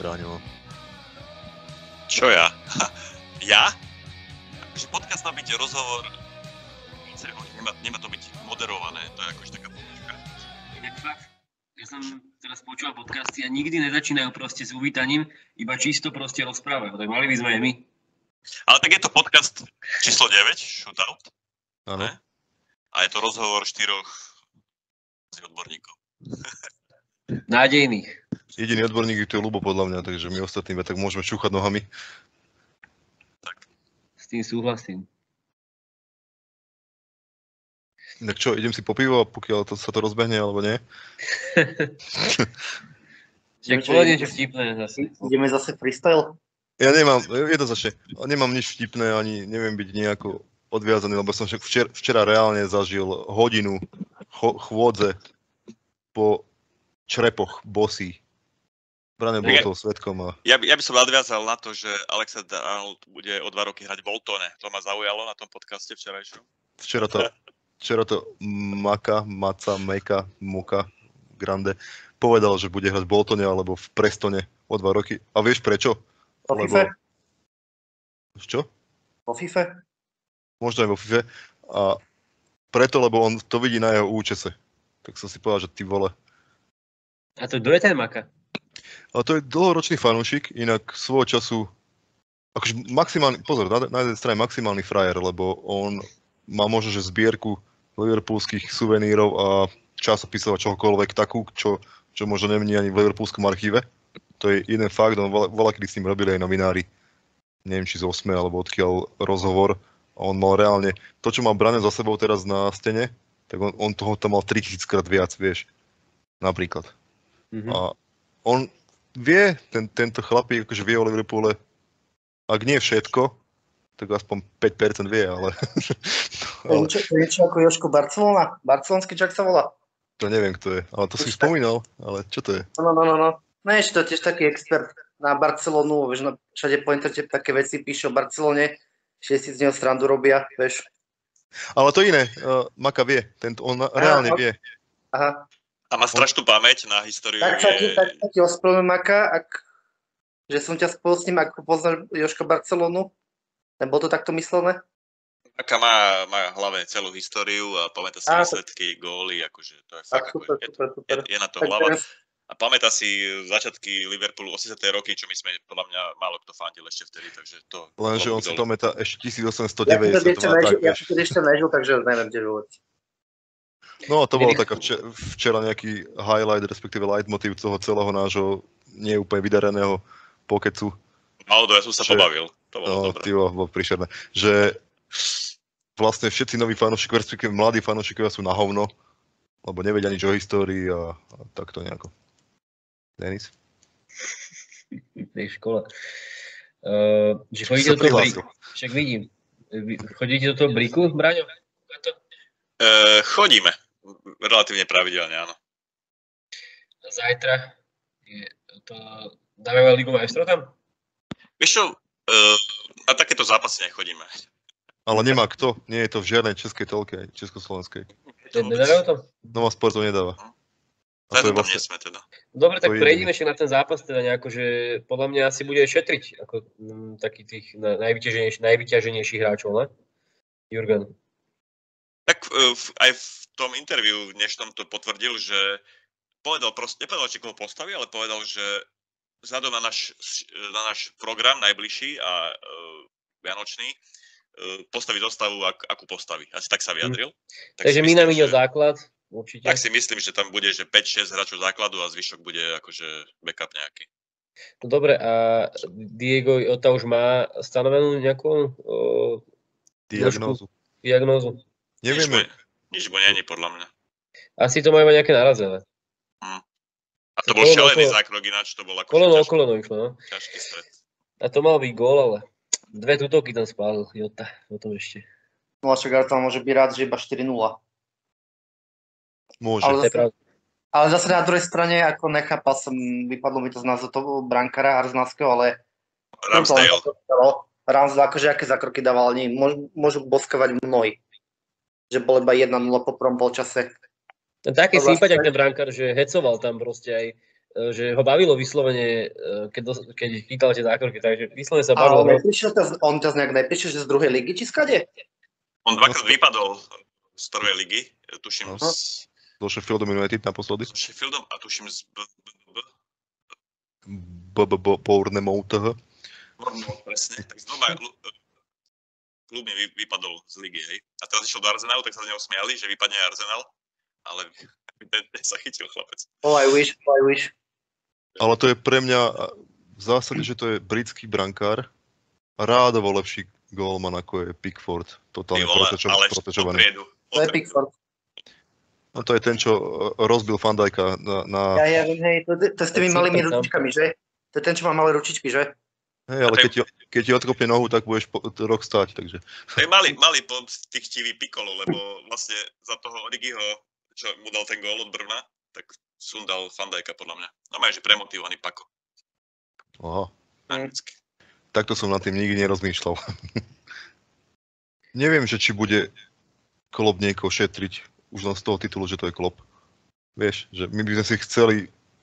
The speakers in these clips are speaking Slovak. chránilo. Čo ja? ja? Akože podcast má byť rozhovor... Seriózne, Nemá, nemá to byť moderované, to je akož taká pomôcka. Inak fakt, ja som teraz počúval podcasty a nikdy nezačínajú proste s uvítaním, iba čisto proste rozprávajú. Tak mali by sme aj my. Ale tak je to podcast číslo 9, Shootout, Áno. Ne? a je to rozhovor štyroch medzi odborníkov. Nádejných. Jediný odborník tu je Lubo podľa mňa, takže my ostatní iba tak môžeme čúchať nohami. S tým súhlasím. Tak čo, idem si po pivo, a pokiaľ to, sa to rozbehne alebo nie? Tak Čo, povedne, ideme- že vtipné zase. Ideme zase freestyle? Ja nemám, jednoznačne, nemám nič vtipné, ani neviem byť nejako odviazaný, lebo som však včera, včera reálne zažil hodinu cho, chôdze po črepoch bosí. Brané bol Ja- toho svetkom a Ja by, ja by som nadviazal na to, že Alexa Darnold bude o dva roky hrať v Boltone. To ma zaujalo na tom podcaste včerajšom. včera to, včera to Maka, Maca, Meka, Muka, Grande povedal, že bude hrať v Boltone alebo v Prestone o dva roky. A vieš prečo? Po Lebo- FIFA? Čo? Po FIFA? možno aj vo FIFA. A preto, lebo on to vidí na jeho účese. Tak som si povedal, že ty vole. A to kto je ten Maka? A to je dlhoročný fanúšik, inak svojho času... Akože maximálny, pozor, na, na jednej strane maximálny frajer, lebo on má možno, že zbierku liverpoolských suvenírov a časopisov a čohokoľvek takú, čo, čo možno nemení ani v liverpoolskom archíve. To je jeden fakt, on vola, vola kedy s ním robili aj novinári, neviem či z Osme alebo odkiaľ rozhovor, a on mal reálne, to čo má Brane za sebou teraz na stene, tak on, on toho tam mal 3000 krát viac, vieš, napríklad. Mhm. A on vie, ten, tento chlapík, akože vie o Liverpoole, ak nie všetko, tak aspoň 5% vie, ale, To je ale niečo, to je niečo ako Joško Barcelona. Barcelonský čak sa volá. to neviem kto je. Ale to si spomínal, ale čo to je? No, no, no, no. No ešte to je tiež taký expert na Barcelonu, vieš, na všade po internete také veci píše o Barcelone, všetci z neho strandu robia, vieš. Ale to iné, uh, Maka vie, tento, on reálne ok. vie. Aha. A má strašnú pamäť na históriu. Tak sa ti, je- tak sa ti ospravedlňujem, Maka, ak, že som ťa spolu s ním, ako poznáš Joška Barcelonu. Nebolo to takto myslené? Aká má, má v hlave celú históriu a pamätá si Á, výsledky, góly, akože to je Tak, fakt, super, ako, je, super, je, super. je na to Tak hlava. teraz- A pamätá si začiatky Liverpoolu 80. roky, čo my sme, podľa mňa, málo kto fandil ešte vtedy, takže to... Lenže on si idol. pamätá ešte Ja som to 1890. má ešte tak, nežil- ja vieš. som to ešte nežil, takže neviem, kde bolo. No a to bolo taká včera, včera nejaký highlight, respektíve leitmotiv toho celého nášho neúplne vydareného pokecu. Maldo, ja som sa Že- pobavil. To bolo No, dobré. ty vole, bolo príšerné. Že vlastne všetci noví fanúšikovia, respektíve mladí fanúšikovia sú na hovno, lebo nevedia nič o histórii a, a takto nejako. Denis? V tej škole. Uh, že Ty chodíte sa do toho prihlásil. briku. Však vidím. Vy- Chodíte do toho briku, Braňo? E, chodíme. Relatívne pravidelne, áno. Zajtra je to... Dávajú aj Ligu majstrov tam? Vieš čo, e, na takéto zápasy nechodíme. Ale nemá kto, nie je to v žiadnej českej telke, aj československej. Ne- Nedávajú tam? Nová sport to nedáva. A to je Zajtra tam nie vlastne, sme teda. Dobre, tak To je prejdeme ešte na ten zápas teda nejako, že podľa mňa asi bude šetriť ako mm, taký tých na- najvyťaženejš- najvyťaženejších hráčov, ne? Jurgen. Tak e, v, aj v tom interviu dnešnom to potvrdil, že povedal proste, nepovedal, či komu postaví, ale povedal, že vzhľadom na náš, s- na náš program najbližší a e, vianočný, e, postaví dostavu, ak, akú postaví. Asi tak sa vyjadril. Tak Mhm. Takže si Mina myslím, minil že- základ, určite. Tak si myslím, že tam bude, že 5-6 hráčov základu a zvyšok bude akože backup nejaký. No Dobre, a Diego Jota už má stanovenú nejakú o, diagnózu. diagnózu. Nič mu, Nevieme, nič mu není, podľa mňa. Asi to majú iba nejaké narazené. A to To bol bolo šialený okolo- zákrok ináč, to bol akože Koleno o ťažký, koleno išlo, no. ťažký stred. A to mal byť gól, ale dve tutoky tam spálil Jota, potom ešte. No a však Arsenal môže byť rád, že iba 4-0. môže. Ale Vlastne- To je zase, pravda. ale zase na druhej strane, ako nechápal som, vypadlo mi to z názvu toho brankára arsenalského, ale... Ramsdale. Ramsdale, akože aké zákroky dával, nie, môžu, môžu boskovať mnoj. Že bol iba 1-0 po prvom polčase. Taký To vlastne- sympatiak ten brankár, že hecoval tam proste aj e, že ho bavilo vyslovene, e, keď, dos- keď chytal tie zákroky, takže vyslovene sa A on, bavilo. no, neprišiel, ťa z- on ťa z nejak nepíše, že z druhej ligy či skade? On dvakrát vypadol z prvej ligy, tuším Aha. s, So Sheffieldom United naposledy. s Sheffieldom a tuším s B, B, B, Bournemouth. Bournemouth, presne. Tak z doba klub mi vy- vypadol z ligy, hej. A teraz išiel do Arsenalu, tak sa z neho smiali, že vypadne aj Arsenal, ale ten, ten sa chytil chlapec. Oh, I wish, oh, I wish. Ale to je pre mňa a, v zásade, že to je britský brankár. Rádovo lepší golman ako je Pickford. Ty Totálne vole, pretečo- ale o pretečovaný. triedu. O To je triedu. Pickford. No to je ten, čo e, rozbil Fandajka na, na... Ja, ja viem, hej, to, to s Tak tými si malými to tam- ručičkami, že? To je ten, čo má malé ručičky, že? Hej, ale to je- keď ti, keď ti odkopne nohu, tak budeš po, rok stáť, takže... Tak mali, mali pod tých chtivý Piccolo, lebo vlastne za toho Origiho, čo mu dal ten gól od Brna, tak sundal Fandajka podľa mňa. No má, že premotivovaný Pako. Aha. Mm. Anglicky. Takto som nad tým nikdy nerozmýšľal. Neviem, že či bude Klopp niekoho šetriť už len z toho titulu, že to je Klopp. Vieš, že my by sme si chceli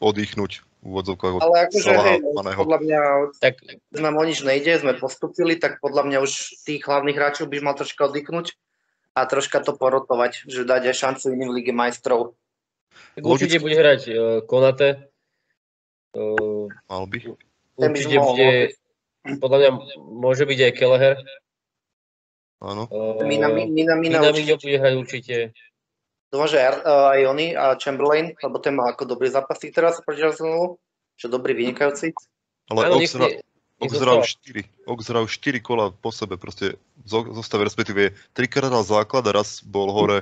oddychnúť v úvodzovkách od Ale akože, Salaha hej, od Maného. podľa mňa Tak že nám o nič nejde, sme postupili, tak podľa mňa už tých hlavných hráčov by mal troška oddychnúť a troška to porotovať, že dať aj šancu iným v Lige majstrov. Tak Logicky. určite bude hrať e, Konate. E, Mal by. Ten by určite mohol bude, podľa mňa môže byť aj e, Keleher. Áno. E, Mina, mi- mina, mina, Minamino mina bude hrať určite. Dúfam, že Ar- uh, aj oni a Chamberlain, lebo ten mal ako dobrý zápasík teraz proti Arsenalu, že dobrý, vynikajúci. Ale Áno, nech- Oxra, nech- nech Oxra zostala. už 4, Oxra už 4 kola po sebe, proste zo- zostave respektíve trikrát dal základ a raz bol hore,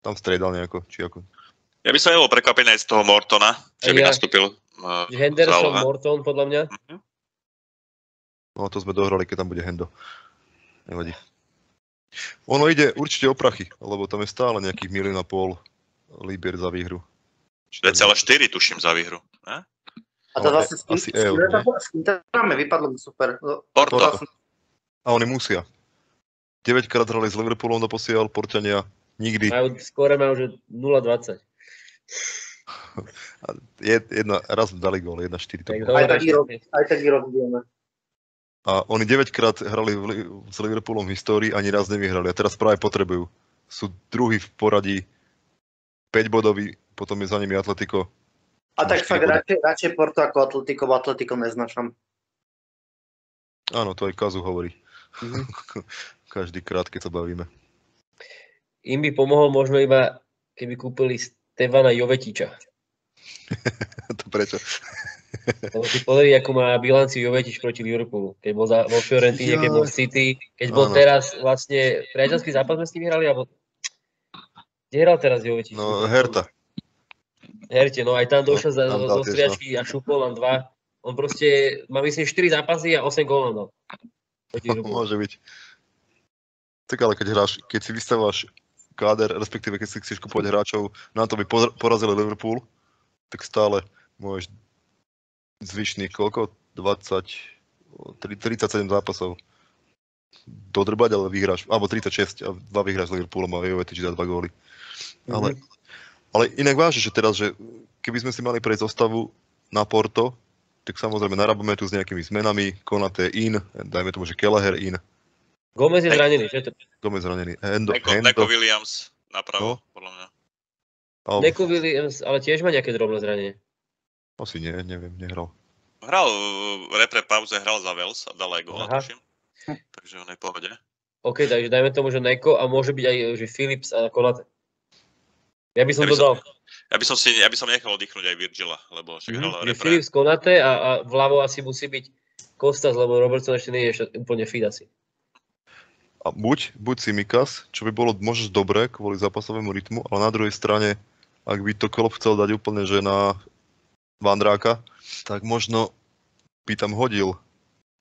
tam striedal nejako, či ako. Ja by som nebol prekvapený aj z toho Mortona, že by Ja. nastúpil. Uh, Henderson, Morton, podľa mňa. No a to sme dohrali, keď tam bude Hendo. Nevadí. Ono ide určite o prachy, lebo tam je stále nejakých milión a pol libier za výhru. Či tak- 2,4 tuším za výhru. Ne? A to Ale vlastne s asi eur, nie? Interame vypadlo mi super. No, Porto. to som- A oni musia. 9 krát hrali s Liverpoolom doposiaľ, Porťania nikdy. Majú, skóre majú, že 0,20. Jed, jedna, raz dali gól, 1-4 to Tak bolo. dobre, taký že- rok. Aj tak vyrobieme. A oni 9 krát hrali v, Li- s Liverpoolom v histórii, ani raz nevyhrali. A teraz práve potrebujú. Sú druhý v poradí, 5 bodový, potom je za nimi Atletico. A tak Štyri fakt body. radšej, radšej Porto ako Atletico, bo Atletico neznačam. Áno, to aj Kazu hovorí. Mhm. Každý krát, keď sa bavíme. Im by pomohol možno iba, keby kúpili Stevana Jovetiča. to prečo? Lebo si pozri, akú má bilanciu Jovetič proti Liverpoolu. Keď bol za, vo Fiorentíne, keď bol v City, keď bol Áno. teraz vlastne priateľský zápas sme s ním hrali, alebo kde hral teraz Jovetič? No, Herta. Herte, no aj tam došiel za, tam dal tiež, zo no. striačky a šupol len dva. On proste má myslím 4 zápasy a 8 gólov dal. Proti Liverpoolu. No, Môže byť. Tak ale keď hráš, keď si vystaváš káder, respektíve keď si chceš kupovať hráčov, na to by pozr- porazili Liverpool, tak stále môžeš zvyšných koľko? 20, o, tri- 37 zápasov dodrbať, ale vyhráš, alebo 36 a dva vyhráš s Liverpoolom a Jovetic dá dva góly. Ale, ale inak vážne, že teraz, že keby sme si mali prejsť zostavu na Porto, tak samozrejme narábame tu s nejakými zmenami, Konate in, dajme tomu, že Keleher in, Gomez je Hej. zranený, že to? Gomez zranený, Hendo, Neko, Neko Hendo, Williams napravo, podľa mňa. ale Neko Williams, ale tiež má nejaké drobné zranenie. asi nie, neviem, nehral. Hral v repre pauze, hral za Wales a dal aj gól, Aha. tuším. Takže on je v pohode. OK, takže dajme tomu, že Neko a môže byť aj že Philips a Konate. Ja by som Ja by to som- dal. Ja by som, si, ja by som nechal oddychnúť aj Virgila, lebo však hral Mhm. Že repre. Philips Konate a, a vľavo asi musí byť Kostas, lebo Robertson ešte nie je ešte úplne fit asi. A buď, buď Simikas, čo by bolo možno dobré kvôli zápasovému rytmu, ale na druhej strane, ak by to Klopp chcel dať úplne, že na Vandráka, tak možno by tam hodil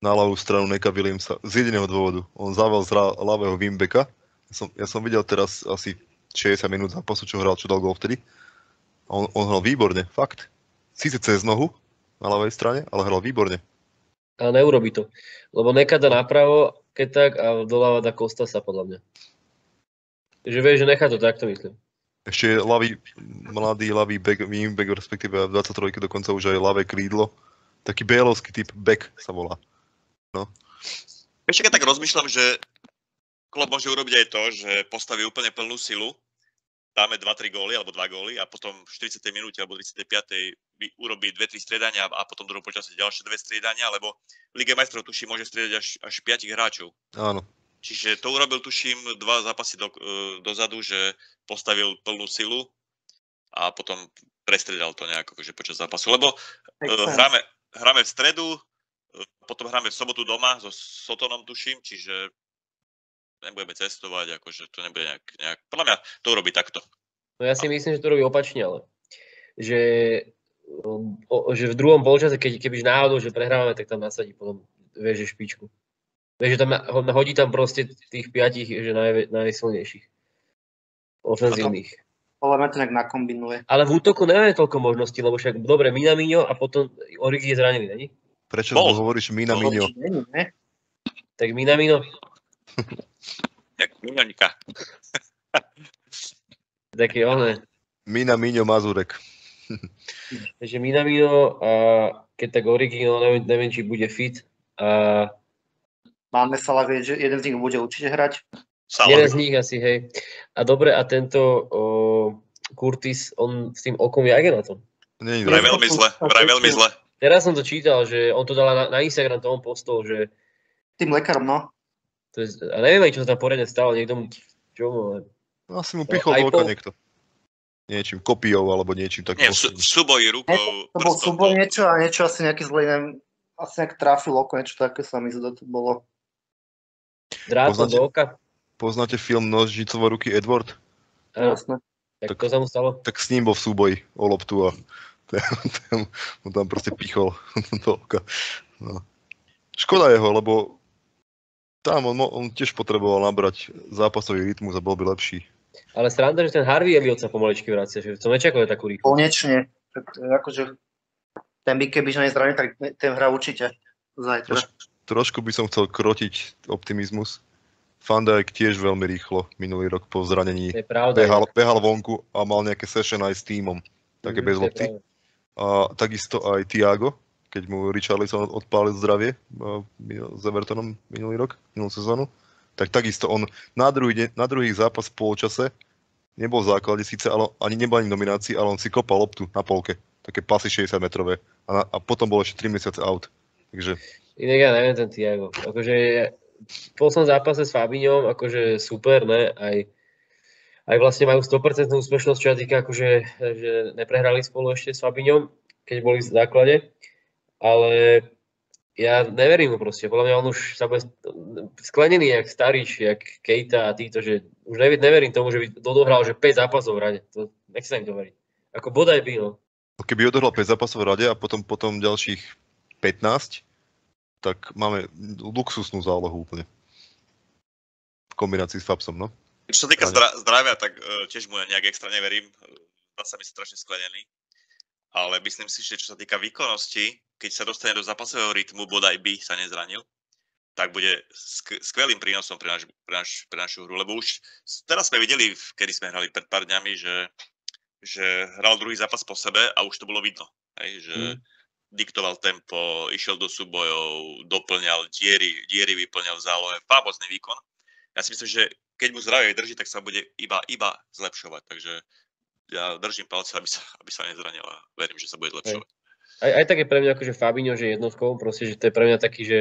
na ľavú stranu Neka Williamsa z jediného dôvodu. On zavel z ra- ľavého Wimbeka. Ja som, ja som videl teraz asi 60 minút zápasu, čo hral, čo dal gol vtedy. A on, on hral výborne, fakt. Sice cez nohu na ľavej strane, ale hral výborne. Ale neurobi to. Lebo Neka dá napravo, keď tak, a doľava dá Kostasa, podľa mňa. Že vieš, že nechá to takto, myslím. Ešte je ľavý, mladý ľavý back, wingback, respektíve v 23 dokonca už aj ľavé krídlo. Taký bélovský typ back sa volá. Ešte keď tak rozmýšľam, že klub môže urobiť aj to, že postaví úplne plnú silu, dáme 2-3 góly alebo 2 góly a potom v 40. minúte alebo 35. vy- urobí 2-3 striedania a potom druhú počasie ďalšie 2 striedania, lebo v Lige majstrov tuším môže striedať až, až 5 hráčov. Áno. Čiže to urobil tuším dva zápasy do, e, dozadu, že postavil plnú silu a potom prestredal to nejako akože počas zápasu. Lebo e, hráme, hráme v stredu, e, potom hráme v sobotu doma so Sotonom tuším, čiže nebudeme cestovať, akože to nebude nejak, nejak... Podľa mňa to urobí takto. No ja si myslím, že to robí opačne, ale že, um, o, že v druhom polčase, keď, kebyž náhodou, že prehrávame, tak tam nasadí potom vieš, že špičku. Vieš, že tam na- ho- hodí tam proste tých piatich, že naj, najsilnejších. Ofenzívnych. Podľa mňa to nejak nakombinuje. Ale v útoku nemáme toľko možností, lebo však dobre Minamino a potom Origi je zranený, není? Prečo Bol. hovoríš Mina Bol. Minio? Není, ne? Tak Minamino, Jak Miňaňka. tak je oné. Mina Minio Mazurek. Takže Minamino a keď tak Origi, no neviem, neviem či bude fit. A Máme sa že jeden z nich bude určite hrať. Jeden Salah. z nich asi, hej. A dobre, a tento o, Curtis, on s tým okom je na tom. Nie je Vraj dobré. veľmi zle, vraj veľmi zle. Teraz som to čítal, že on to dal na, na Instagram, to on postol, že Tým lekárom, no. to je, a neviem aj, čo sa tam poriadne stalo, niekto mu, čo mu, ale Asi mu No, pichol aj do oka po- niekto. Niečím, kopiou alebo niečím takým. Nie, v, sú- v súboji rukou, To bol prstom. súboj niečo a niečo asi nejaký zlý, neviem, asi nejak trafil oko, niečo také sa mi zdá, to bolo. drápol Poznáte- do oka. Poznáte film Nožnicovo ruky Edward? Áno, Jasné. tak tak- to sa mu stalo. Tak s ním bol v súboji o loptu a ten, ten mu tam proste pichol do oka. No. Škoda jeho, lebo tam on, mo- on tiež potreboval nabrať zápasový rytmus a bol by lepší. Ale sranda, že ten Harvey Elliot sa pomaličky vracia, že som nečakal že takú rýchlo. Konečne. Tak, e, akože ten by keby že nezranený, tak ten hrá určite zajtra. Trošku by som chcel krotiť optimizmus. Van Dijk tiež veľmi rýchlo minulý rok po zranení To je pravda. behal, behal vonku a mal nejaké session aj s tímom, také Mhm, bez to je lopty. pravda. A takisto aj Tiago, keď mu Richarlison odpálil zdravie a, minul- s Evertonom minulý rok, minulú sezónu, tak takisto on na druhý, deň, na druhý zápas v polčase nebol v základe síce, ale ani nebol ani v nominácii, ale on si kopal loptu na polke, také pasy 60 metrové a, na, a potom bol ešte 3 mesiace out. Takže Inak ja neviem ten Tiago. Akože v poslednom zápase s Fabiňom, akože super, ne? Aj, aj vlastne majú 100% úspešnosť, čo sa týka, akože, že neprehrali spolu ešte s Fabiňom, keď boli v základe. Ale ja neverím mu proste. Podľa mňa on už sa bude sklenený, jak Starič, jak Kejta a títo, že už nevie, neverím tomu, že by dodohral, že 5 zápasov v rade. To nech sa im to verí. Ako bodaj by, no. keby odohral 5 zápasov v rade a potom, potom ďalších 15, tak máme luxusnú zálohu úplne. V kombinácii s Fabsom, no. Čo sa týka Ale- zdra- zdravia, tak e, tiež mu nejak extra neverím. Dá sa mi strašne sklenený. Ale myslím si, že čo sa týka výkonnosti, keď sa dostane do zápasového rytmu, bodaj by sa nezranil, tak bude sk- skvelým prínosom pre, naš, pre, naš, pre našu hru. Lebo už s- teraz sme videli, v- kedy sme hrali pred pár dňami, že, že hral druhý zápas po sebe a už to bolo vidno. Hej, že Mm. diktoval tempo, išiel do súbojov, doplňal diery, diery vyplňal v zálohe. Fábozný výkon. Ja si myslím, že keď mu zdravie drží, tak sa bude iba, iba zlepšovať. Takže ja držím palce, aby sa, aby sa nezranil a verím, že sa bude zlepšovať. Aj, aj tak je pre mňa akože Fabinho, že je jednotkou, proste, že to je pre mňa taký, že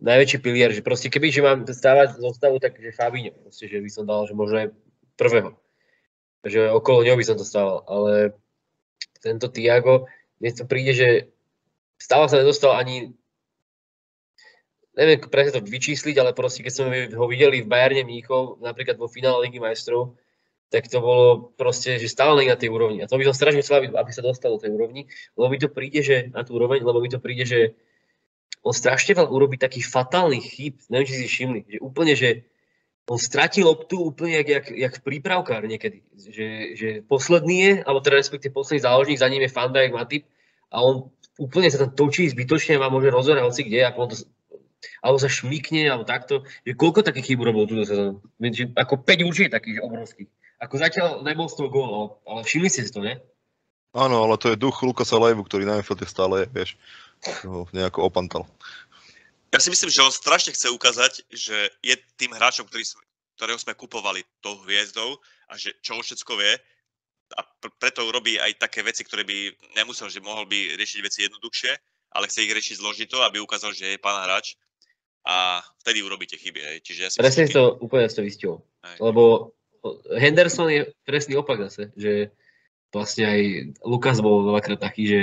najväčší pilier, že proste keby, že mám stávať zostavu, tak že Fabinho, proste, že by som dal, že možno aj prvého. Že okolo neho by som to stával, ale tento Tiago, mne to príde, že stále sa nedostal ani neviem presne to vyčísliť, ale proste keď sme ho videli v Bajerne Mníchov, napríklad vo finále Ligy majstrov, tak to bolo proste, že stále nie na tej úrovni. A to by som strašne chcel, aby, aby sa dostal do tej úrovni, lebo mi to príde, že na tú úroveň, lebo mi to príde, že on strašne veľa urobí takých fatálnych chýb, neviem, či si všimli, že úplne, že on stratí loptu úplne jak, jak, jak prípravkár niekedy, že, že posledný je, alebo teda respektíve posledný záložník, za ním je Fanda, jak Matip, a on úplne sa tam točí zbytočne a môže rozhorať hoci kde a potom to, s- alebo sa šmikne, alebo takto, že koľko takých chýb urobil túto sezónu? Viem, že Ako 5 určite takých, že obrovských. Ako zatiaľ nebol z toho gól, ale- ale všimli ste si to, ne? Áno, ale to je duch Lukasa Lejvu, ktorý na Anfielde stále je, vieš, ho nejako opantal. Ja si myslím, že on strašne chce ukázať, že je tým hráčom, ktorý sme, ktorého sme kupovali tou hviezdou a že čo on všetko vie. A pr- preto robí aj také veci, ktoré by nemusel, že mohol by riešiť veci jednoduchšie, ale chce ich riešiť zložito, aby ukázal, že je pán hráč. A vtedy urobíte chyby. Hej. Čiže ja si Presne si že- to úplne si to vystihol. hej. Lebo Henderson je presný opak zase, že vlastne aj Lukas bol veľakrát taký, že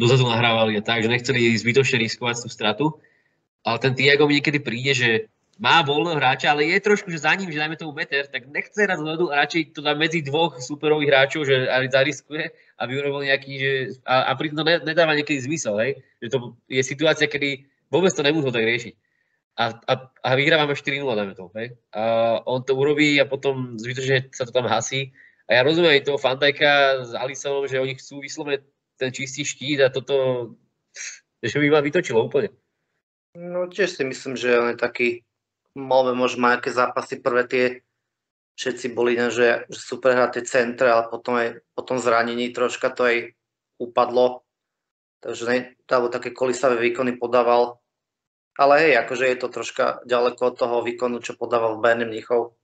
dozadu nahrávali a tak, že nechceli zbytočne riskovať tú stratu. Ale ten Tiago mi niekedy príde, že má voľného hráča, ale je trošku, že za ním, že dajme tomu meter, tak nechce hrať dozadu a radšej to dá medzi dvoch superových hráčov, že aj zariskuje, aby urobil nejaký, že, a, a pritom to ne, nedáva niekedy zmysel, hej? že to je situácia, kedy vôbec to nemusel tak riešiť a, a, a vyhrávame 4-0, dajme tomu, hej. A on to urobí a potom zbytočne sa to tam hasí. A ja rozumiem aj toho Fandajka s Alisonom, že oni chcú vyslovene ten čistý štít a toto, že by ma vytočilo úplne. No tiež si myslím, že on je taký, máme možno nejaké zápasy, prvé tie všetci boli, ne, že, že super hrá tie centre, ale potom aj potom zranení troška to aj upadlo. Takže ne, alebo také kolisavé výkony podával. Ale hej, akože je to troška ďaleko od toho výkonu, čo podával v Bayern Mnichov.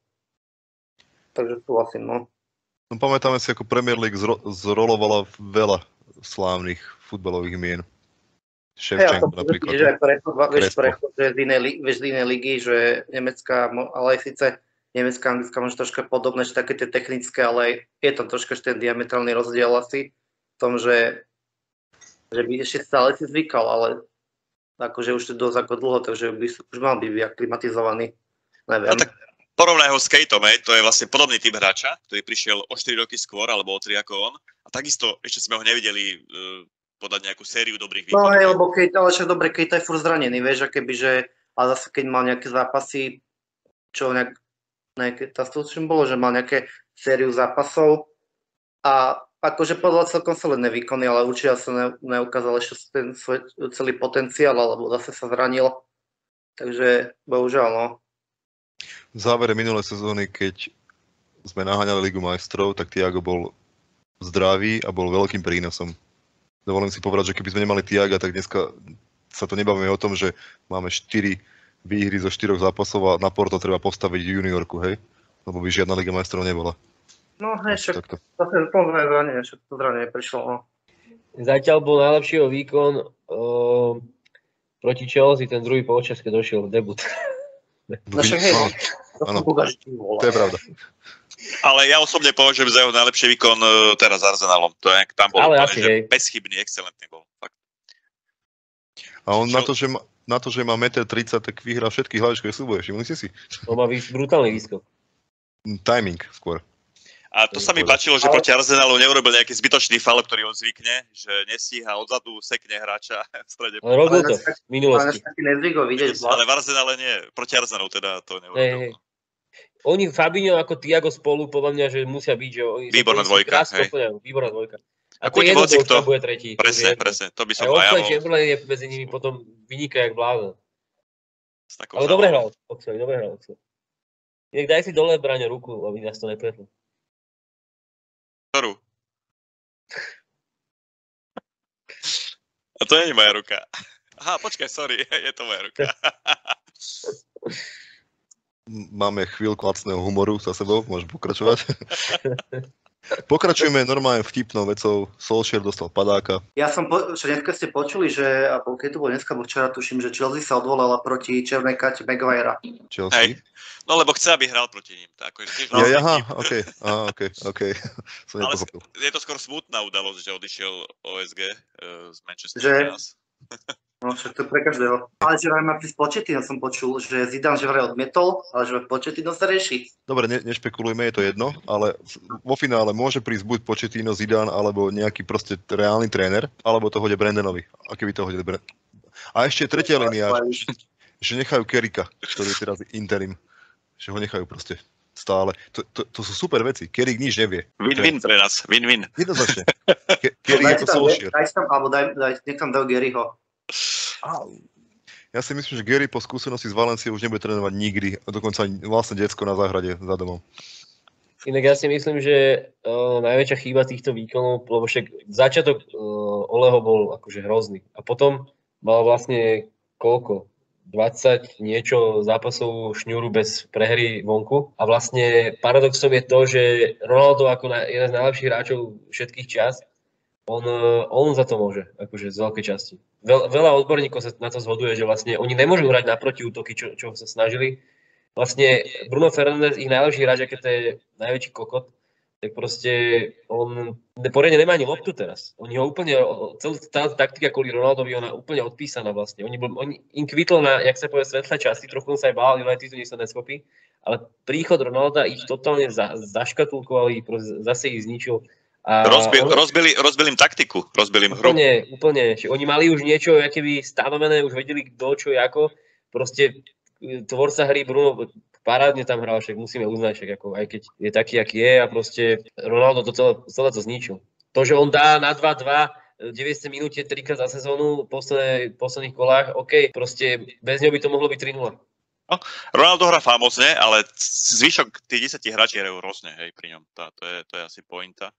Takže súhlasím, no. No pamätáme si, ako Premier League zro- zrolovala veľa slávnych futbalových mien. Hej, a to Ševčenko napríklad. napríklad, že aj prechod, vieš, Crespo. prechod že z, inej, li- vieš, z inej ligy, že Nemecká, mo- ale aj síce Nemecká a Anglická možno troška podobné, že také tie technické, ale aj je tam troška ešte ten diametrálny rozdiel asi v tom, že, že by ešte stále si zvykal, ale akože už to dosť ako dlho, takže by, už mal byť aklimatizovaný. Neviem. No tak porovnaj ho s Kejtom, hej, to je vlastne podobný typ hráča, ktorý prišiel o 4 roky skôr, alebo o 3 ako on. A takisto ešte sme ho nevideli eh, podať nejakú sériu dobrých No výkonov. hej, lebo keď, ale však dobre, keď to je furt zranený, vieš, a keby, že, ale zase keď mal nejaké zápasy, čo nejak, nejaké, tá stručne bolo, že mal nejaké sériu zápasov a akože podľa celkom solidné výkony, ale určite sa ne, neukázal ešte ten svoj celý potenciál, alebo zase sa zranil. Takže bohužiaľ, no. V závere minulé sezóny, keď sme naháňali Ligu majstrov, tak Tiago bol zdravý a bol veľkým prínosom. Dovolím si povedať, že keby sme nemali Tiaga, tak dneska sa to nebavíme o tom, že máme 4 výhry zo 4 zápasov a na Porto treba postaviť juniorku, hej? Lebo by žiadna Liga majstrov nebola. No hej, však Takto. zase to zranenie, však to zranenie prišlo, no. Zatiaľ bol najlepšieho výkon uh, proti Chelsea, ten druhý polčas, keď došiel v debut. No však hej, no. Áno, To áno. som povedal, že ty vole. to je pravda. Ale ja osobne považujem za jeho najlepší výkon eh, teraz s Arsenalom. To je, tam bol Ale úplne, asi, že hej. bezchybný, excelentný bol. Fakt. A on Čo- na to, že má, na to, že má 1,30 m, tak vyhrá všetky hlavičkové súboje, všimli ste si? On má vys- brutálny výskok. Mm, Timing skôr. A to sa mi Dobre. páčilo, že Ale- proti Arsenalu neurobil nejaký zbytočný faul, ktorý on zvykne, že nestíha odzadu, sekne hráča v strede. Ale robil Ale to vlastne- v zase- Ale minulosti. až taký nezvygo, vidíš, Ale v Arsenale nie, proti Arsenalu teda to Hej, neurobil. hej. Oni, Fabinho ako Tiago spolu, podľa mňa, že musia byť, že oni Výborná oni dvojka, krásne hej. doplňajú, výborná dvojka. A Ako to je ti jedno, hoci kto kto. bude tretí. to je Presne, jedno. presne, to by Aj som aj ja Oxlade bol Chamberlain je medzi nimi potom vyniká jak vláda. s takou Ale žalou. dobre hral Oxlade, dobre hral Oxlade. Inak daj si dole, Braňo, ruku, aby nás to nepletlo. Ktorú? A to nie je moja ruka. Aha, počkaj, sorry, je to moja ruka. Máme chvíľku lacného humoru za sebou, môžem pokračovať. Pokračujeme normálne vtipnou vecou. Solskjaer dostal padáka. Ja som, po, že dneska ste počuli, že, alebo keď to bolo dneska, alebo včera tuším, že Chelsea sa odvolala proti Černej Kati Maguirea. Chelsea. Hej. No lebo chce, aby hral proti ním. Tak, akože tiež Ja, vlastne aha, tým- OK, aha, OK, OK. Som Ale- nepochopil. je to skôr smutná udalosť, že odišiel OSG eh, z Manchesteru Že? teraz. No však to je pre každého. Ale že vraj má prísť početino, som počul, že Zidane že vraj odmietol, ale že početino sa rieši. Dobre, ne, nešpekulujme, je to jedno, ale vo finále môže prísť buď Početino, Zidane, alebo nejaký proste reálny tréner, alebo to hodie Brandonovi. A keby to hodil Brand... A ešte tretia linia, že nechajú Kerika, ktorý je teraz interim. Že ho nechajú proste stále. To, to, to sú super veci. Kerik nič nevie. Win-win pre nás, win-win. Jednoznačne. Ke, Kerik je Dajte to tam, Solskjaer. daj tam, alebo daj, daj, nech tam dajú Garyho. Ja si myslím, že Gary po skúsenosti z Valencie už nebude trénovať nikdy, a dokonca ani vlastne decko na záhrade za domom. Inak ja si myslím, že uh, najväčšia chyba týchto výkonov, lebo však začiatok uh, Oleho bol akože hrozný. A potom mal vlastne koľko? 20 niečo zápasovú šňúru bez prehry vonku. A vlastne paradoxom je to, že Ronaldo ako na, jeden z najlepších hráčov všetkých čas, on, eh, on za to môže, akože z veľkej časti. Veľ, veľa odborníkov sa na to zhoduje, že vlastne oni nemôžu hrať na protiútoky, čo, čo sa snažili. Vlastne Bruno Fernández, ich najlepší hráč, aké to je najväčší kokot, tak proste on ne- poriadne nemá ani loptu teraz. Oni ho úplne, o- o- celá tá taktika kvôli Ronaldovi, ona je úplne odpísaná vlastne. Oni, bol, oni im kvitlo na, jak sa povie, svetlé časti, trochu som sa aj bál, United nie sa neskopí, ale príchod Ronalda ich totálne za, zaškatulkoval, ich proste zase ich zničil. A Rozbil, on- rozbili, rozbili im taktiku, rozbili im hru. Úplne, úplne. Že Oni mali už niečo aké by stanovené, už vedeli kto, čo, ako. Proste e, tvorca hry Bruno parádne tam hral, však musíme uznať, však ako, aj keď je taký, aký je a proste Ronaldo to celé, celé to zničil. To, že on dá na 2-2 v 90 minúte trikrát za sezónu v poslednej- posledných kolách, OK, proste bez neho by to mohlo byť 3-0. Ronaldo hrá famozne, ale zvyšok tých 10 hráči hrajú rôzne, hej, pri ňom. Tá, to, je, to je asi pointa.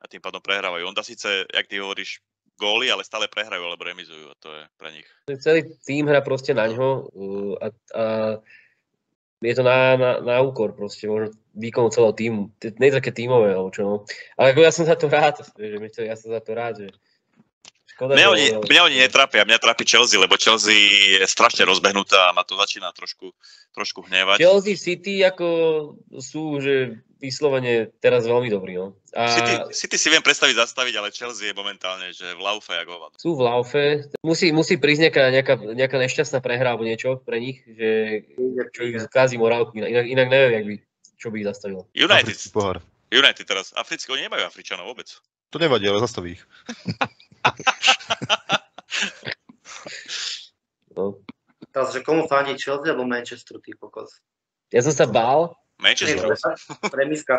A tým pádom prehrávajú. On dá síce, jak ty hovoríš, góly, ale stále prehrajú alebo remizujú a to je pre nich. Ten celý tým hra proste na ňo uh, a, a je to na, na, na úkor proste, možno výkonu celého týmu. T- Nie je také tímové, alebo čo no. Ale ako ja som za to rád, vieš, že mi to, ja som za to rád, že škoda, Mňa že- oni, mňa oni netrápia, mňa trápi Chelsea, lebo Chelsea je strašne rozbehnutá a ma to začína trošku, trošku hnevať. Chelsea City ako sú, že vyslovene teraz veľmi dobrí, no. A City, City si viem predstaviť zastaviť, ale Chelsea je momentálne, že v laufe jak hovado. sú v laufe, musí, musí prísť nejaká, nejaká, nejaká nešťastná prehra alebo niečo pre nich, že čo ich skází morálku, inak, inak neviem, jak by, čo by ich zastavilo. United, Africký pohár. United teraz. Africký, oni nemajú Afričanov vôbec. To nevadí, ale zastaví ich. No. Teraz, že komu fandí Chelsea alebo Manchesteru, ty kokos? Ja som sa bál, Nie, Manchester. pre- Premiska.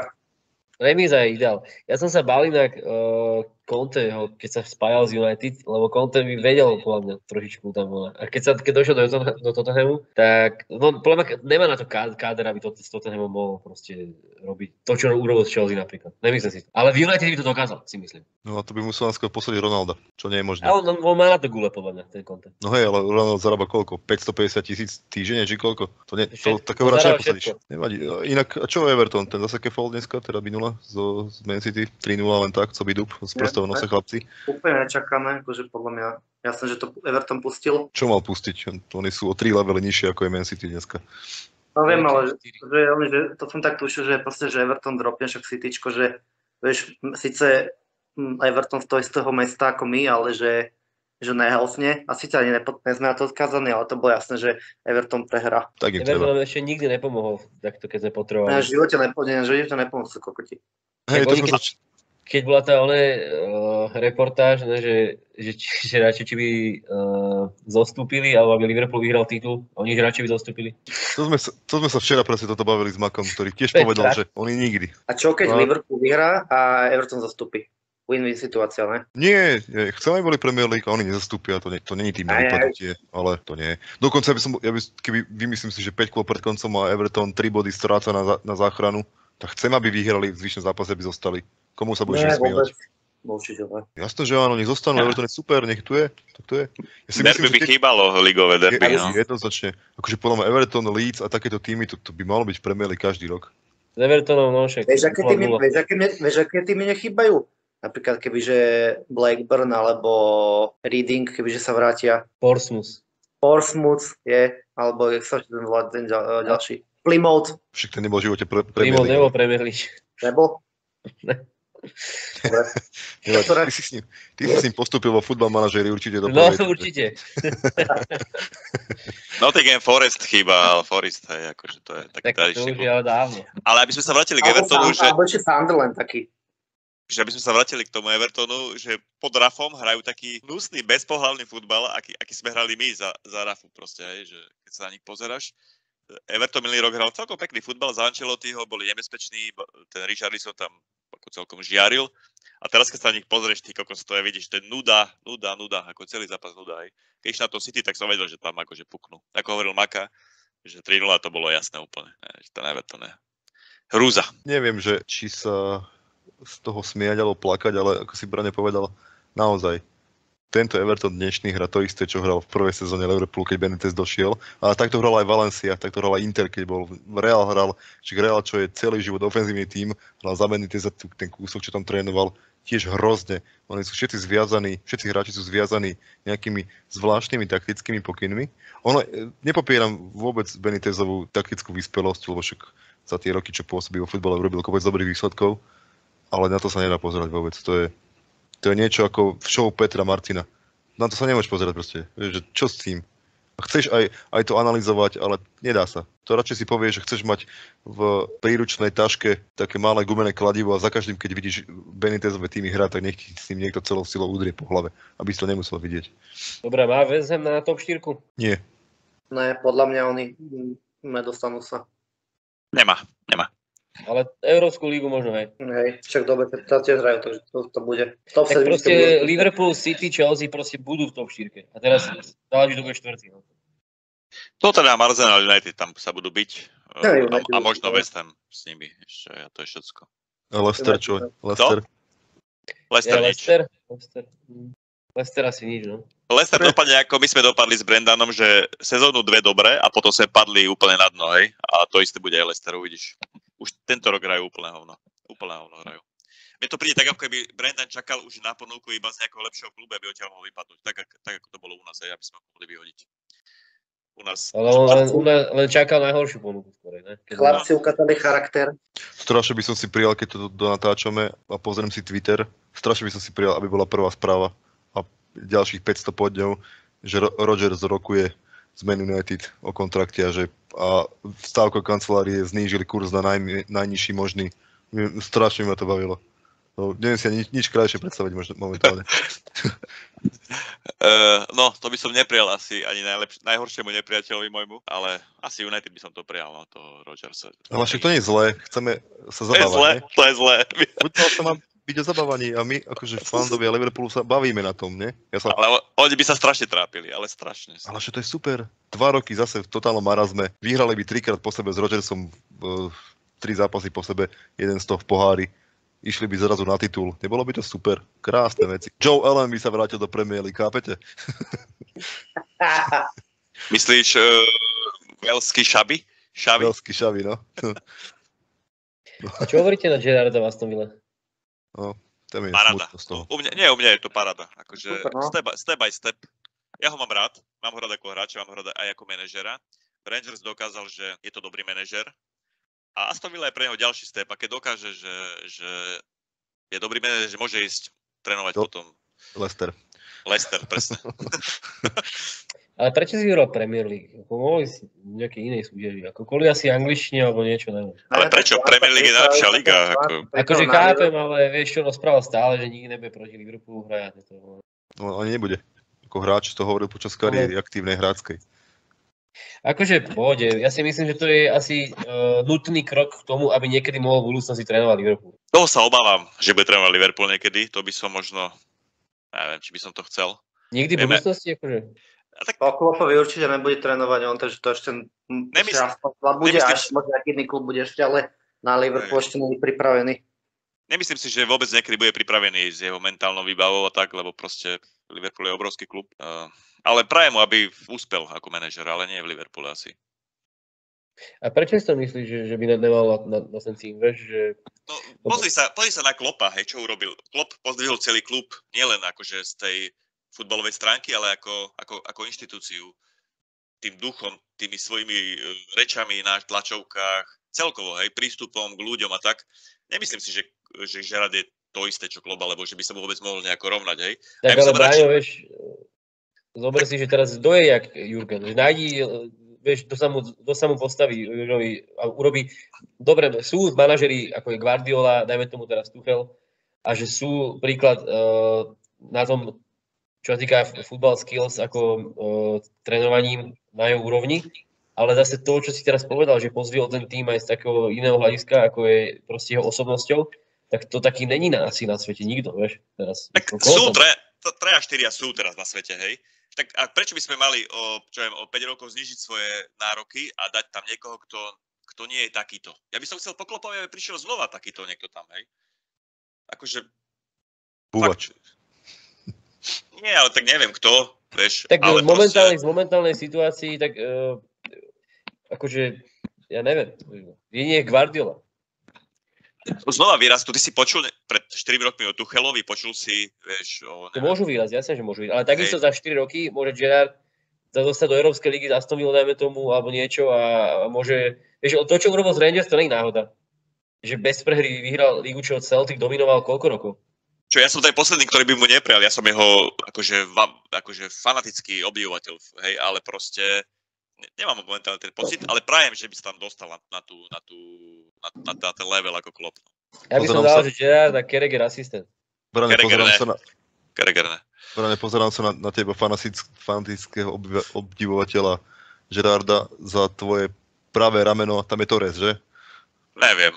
Remíza je ideál. Ja som sa bál inak uh, Conteho, keď sa spájal z United, lebo Conte by vedel podľa mňa trošičku tam bola. A keď, sa, keď došiel do, Totten- do Tottenhamu, tak no, podľa mňa nemá na to ká- káder, aby to s Tottenhamom mohol proste robiť to, čo urobil z Chelsea napríklad. Nemyslím si. to. Ale v United by to dokázal, si myslím. No a to by musel náskôr posadiť Ronalda, čo nie je možné. A on, on, on má na to gule podľa mňa, ten Conte. No hej, ale Ronaldo zarába koľko? 550 tisíc týždenne, či koľko? To, ne, to Všetko. takého hráča Zarába neposadíš. všetko. Nevadí. No, Inak, a čo Everton? Ten zase kefol dneska, teda minula zo z Man City. 3-0 len tak, co by dub, z prstov v nose chlapci. Úplne nečakané, akože podľa mňa. Ja som, že to Everton pustil. Čo mal pustiť? Oni sú o 3 levely nižšie, ako je Man City dneska. No viem, ale Štyri. že, oni, že to som tak tušil, že proste, že Everton dropne však Cityčko, že vieš, m- síce m, Everton z toho istého mesta ako my, ale že že nehelfne. A síce ani nepo- nie sme na to odkázaní, ale to bolo jasné, že Everton prehra. Tak im treba. Everton nám ešte nikdy nepomohol, takto keď sme Na potrebovali. živote nepomôcť, že to nepomôcť, kokoti. Hej, Tak to oni sme keď- zač- keď bola tá ona uh, reportáž, ne, že, že, či- že radšej či by uh, zostúpili, alebo aby Liverpool vyhral titul, oni že radšej by zostúpili. to sme, sa- to sme sa včera presne toto bavili s Makom, ktorý tiež To je povedal, tak. že oni nikdy. A čo keď No. Liverpool vyhrá a Everton zastúpi? Win-win situácia, ne? Nie, nie, chcem aj boli Premier League a oni nezastúpia, to, nie, to není tým na Aj, aj. vypadnutie, ale to nie. Dokonca by som, ja by, keby vymyslím si, že 5 kôl pred koncom má Everton 3 body stráca na, za- na záchranu, tak chcem, aby vyhrali v zvyšnom zápase, aby zostali. Komu sa budeš vysmievať? No, Určite, ne. Jasné, že áno, nech zostanú, Everton je super, nech tu je, tak to je. Ja si Derby by myslím, že chýbalo, ligové tie, derby, je, no. jednoznačne, akože podľa mňa Everton, Leeds a takéto týmy, to, to by malo byť v Premier League každý rok. S Evertonom, no však. Vieš, aké týmy, nula. vieš, aké, mne- vieš, aké týmy nechýbajú? Napríklad kebyže Blackburn alebo Reading, kebyže sa vrátia. Portsmouth. Portsmouth je, alebo jak sa ešte ten, volá, ten ďal- e, ďalší. Plymouth, Však ten nebol v živote pre, Premier Primo League. nebo Premier League. nebo? Nevadí, Ty, si s ním, ty si s ním postúpil vo futbal manažeri určite do No prvej, takže- určite. Nottingham No Forest chýba, ale Forest, hej, akože to je taký Tak to už je tradičný. klub. ale dávno. Ale aby sme sa vrátili k Alebo, Evertonu, Sun- že, alebo ešte Sunderland taký. že aby sme sa vrátili k tomu Evertonu, že pod Rafom hrajú taký hnusný, bezpohlavný futbal, aký, aký sme hrali my za, za Rafu proste, hej, že keď sa na nich pozeráš. Everton minulý rok hral celkom pekný futbal, za Ancelottiho boli nebezpeční, b- ten Richarlison tam ako celkom žiaril. A teraz, keď sa na nich pozrieš, ty kokos, to je, vidíš, to je nuda, nuda, nuda, ako celý zápas nuda. Hej. Keď išli na to City, tak som vedel, že tam akože puknú. Ako hovoril Maka, že 3-0 to bolo jasné úplne, hej, že ten Everton je Hrúza. Neviem, že či sa z toho smiať alebo plakať, ale ako si Brane povedal, naozaj tento Everton dnešný hra to isté, čo hral v prvej sezóne Liverpool, keď Benitez došiel. Ale takto hral aj Valencia, takto hral aj Inter, keď bol Real hral, či Real, čo je celý život ofenzívny tím, hral za Benitez ten kúsok, čo tam trénoval, tiež hrozne. Oni sú všetci zviazaní, všetci hráči sú zviazaní nejakými zvláštnymi taktickými pokynmi. Ono, e, nepopieram vôbec Benitezovú taktickú vyspelosť, lebo však za tie roky, čo pôsobí vo futbale, urobil kopec dobrých výsledkov, ale na to sa nedá pozerať vôbec. To je, to je niečo ako v show Petra Martina. Na to sa nemôžeš pozerať proste. Vieš, Že čo s tým? A Chceš aj, aj to analyzovať, ale nedá sa. To radšej si povieš, že chceš mať v príručnej taške také malé gumené kladivo a za každým, keď vidíš Benitezové týmy hrať, tak nech ti s tým niekto celou silou udrie po hlave, aby si to nemusel vidieť. Dobre, má West Ham na top 4? Nie. Ne, podľa mňa oni mm, nedostanú sa. Nemá, nemá. Ale Európsku lígu možno, hej. Hej, však dobre, teraz tiež hrajú, takže to, to bude. Top Tak 7 proste Liverpool, City, Chelsea proste budú v top 4. A teraz záleží, kto bude štvrtý. No. Tottenham, Arsenal, teda United tam sa budú byť. E, Hej, A, United a budú možno byť, West Ham s nimi. Ešte, a to je všetko. Lester, čo? je? Lester. Leicester Je nič. Leicester? Leicester. Mm. Leicester asi nič, no. Leicester dopadne ako my sme dopadli s Brendanom, že sezónu dve dobre a potom sme padli úplne na dno, hej. A to isté bude aj Leicester, uvidíš. Už tento rok hrajú úplne hovno. Úplne hovno hrajú. Mne to príde tak, ako keby Brendan čakal už na ponuku iba z nejakého lepšieho klubu, aby ho ťa mohol vypadnúť. Tak, ak- tak ako to bolo u nás, aj aby sme ho mohli vyhodiť. U nás. Ale on len, on len- len čakal najhoršiu ponuku skôr, ne? Keď Chlapci ukázali charakter. Strašne by som si prijal, keď to donatáčame a pozriem si Twitter, strašne by som si prijal, aby bola prvá správa a ďalších 500 podňov, že Ro- Rodgers rokuje z Man United o kontrakte a že a v stávko kancelárie znížili kurz na najmi, najnižší možný. Mne- Strašne ma to bavilo. No, neviem si ani nič, nič krajšie predstaviť možno momentálne. Uh, no, to by som neprijal asi ani najlepš- najhoršiemu nepriateľovi môjmu, ale asi United by som to prijal, no to Rodgersa. Ale však to nie je zlé, chceme sa To je zlé, zabávať. ne? to je zlé. Futbal sa má byť o zabávaní a my, akože fandovia Liverpoolu, sa bavíme na tom, ne? Ja sa Ale o- oni by sa strašne trápili, ale strašne. Ale že to je super. Dva roky zase v totálnom marazme. Vyhrali by trikrát po sebe s Rodgersom, e, tri zápasy po sebe, jeden z toho v pohári. Išli by zrazu na titul. Nebolo by to super. Krásne veci. Joe Allen by sa vrátil do Premier League, chápete? Myslíš uh, veľský šaby? Šaby? Veľský šavi, no. A čo hovoríte na Gerarda v Aston Ville? Tam je Parada. smutno z toho. U mňa, nie, u mňa je to parada. Akože Super, no. step, by, step by step. Ja ho mám rád. Mám ho rád ako hráča, mám ho rád aj ako manažera. Rangers dokázal, že je to dobrý manažer. A Aston Villa je pre neho ďalší step. A keď dokáže, že, že je dobrý manažer, že môže ísť trénovať To- potom Lester. Leicester, presne. Ale prečo si vybral Premier League? Ako mohli si nejaké inej súťaži, ako kvôli asi angličtine alebo niečo, neviem. Ale prečo? Premier League je najlepšia liga, ako- Akože chápem, ale vieš čo, rozprával stále, že nikdy nebude proti Liverpoolu hrať. To... No, ani nebude. Ako hráč to hovoril počas kariéry aktívnej hráckej. Akože v pohode, ja si myslím, že to je asi uh, nutný krok k tomu, aby niekedy mohol v budúcnosti trénovať Liverpool. Toho sa obávam, že bude trénovať Liverpool niekedy. To by som možno... Neviem, či by som to chcel. Nikdy v Vieme. budúcnosti, akože. A tak Oklopovi určite nebude trénovať on, takže to ešte, m, Nemysl- ešte aspoň slab bude, nemyslíš- až možno nejaký iný klub bude ešte, ale na Liverpool Hej. ešte nie je pripravený. Nemyslím si, že vôbec niekedy bude pripravený s jeho mentálnou výbavou a tak, lebo proste Liverpool je obrovský klub. Eh, ale prajem mu, aby úspel ako manažer, ale nie v Liverpoole asi. A prečo si to myslíš, že, že by ne- nemal na, na, na ten tým, vieš, že No, pozri, sa, pozri sa na Klopa, hej, čo urobil. Klop pozdvihol celý klub, nielen akože z tej futbalovej stránky, ale ako, ako, ako inštitúciu, tým duchom, tými svojimi eh, rečami na tlačovkách, celkovo, hej, prístupom k ľuďom a tak. Nemyslím si, že, že Žerad je to isté, čo Klop, alebo že by sa mu vôbec mohol nejako rovnať, hej. tak by ale som radšej- Braňo, vieš, eh, zober si, že teraz kto je jak Jurgen, že nájdi, eh, vieš, kto sa mu, kto sa mu postaví Jurgenovi a urobí, dobre, sú manažeri, ako je Guardiola, dajme tomu teraz Tuchel, a že sú príklad eh, na tom, čo sa týka f- football skills, ako eh, trénovaním na jeho úrovni, ale zase to, čo si teraz povedal, že pozvil ten tým aj z takého iného hľadiska, ako je proste jeho osobnosťou, tak to taký není na, asi na svete nikto, vieš, teraz. Tak No, Koľko sú tam- tre, t- traja, štyria sú teraz na svete, hej. Tak a prečo by sme mali o, čo viem, o 5 rokov znižiť svoje nároky a dať tam niekoho, kto kto nie je takýto. Ja by som chcel poklopovať, aby prišiel znova takýto niekto tam, hej. Akože... Búvač. Fakt, nie, ale tak neviem kto, vieš. Tak ale ale momentálne, z momentálnej situácii, tak uh, akože, ja neviem, jedine je Guardiola. Proste, znova vyrastú, ty si počul ne- pred 4 rokmi o Tuchelovi, počul si, vieš, o... To neviem, môžu výraz, jasne, že môžu výraz. Ale takisto za 4 roky môže Gerard sa dostať do Európskej ligy, zastavil, dajme tomu, alebo niečo a, a môže... Vieš, to, čo urobil z Rangers, to nie je náhoda. Že bez prehry vyhral ligu, čo Celtic dominoval koľko rokov? Čo ja som ten posledný, ktorý by mu neprejal, ja som jeho akože, va- akože fanatický obdivovateľ, hej, ale proste ne- nemám momentálne ten pocit, ale prajem, že by sa tam dostal na, na, tú, na, tú, na, na, na ten level ako no. klop. Ja by Pozerám som dal, sa- že Gerard a Kereger asistent. Brane, Kereger, pozerám ne. sa na, Kregerné. Brane, pozerám sa na, na teba fanatick- fanatického obdiv- obdivovateľa Gerarda za tvoje pravé rameno, tam je Torres, že? Neviem.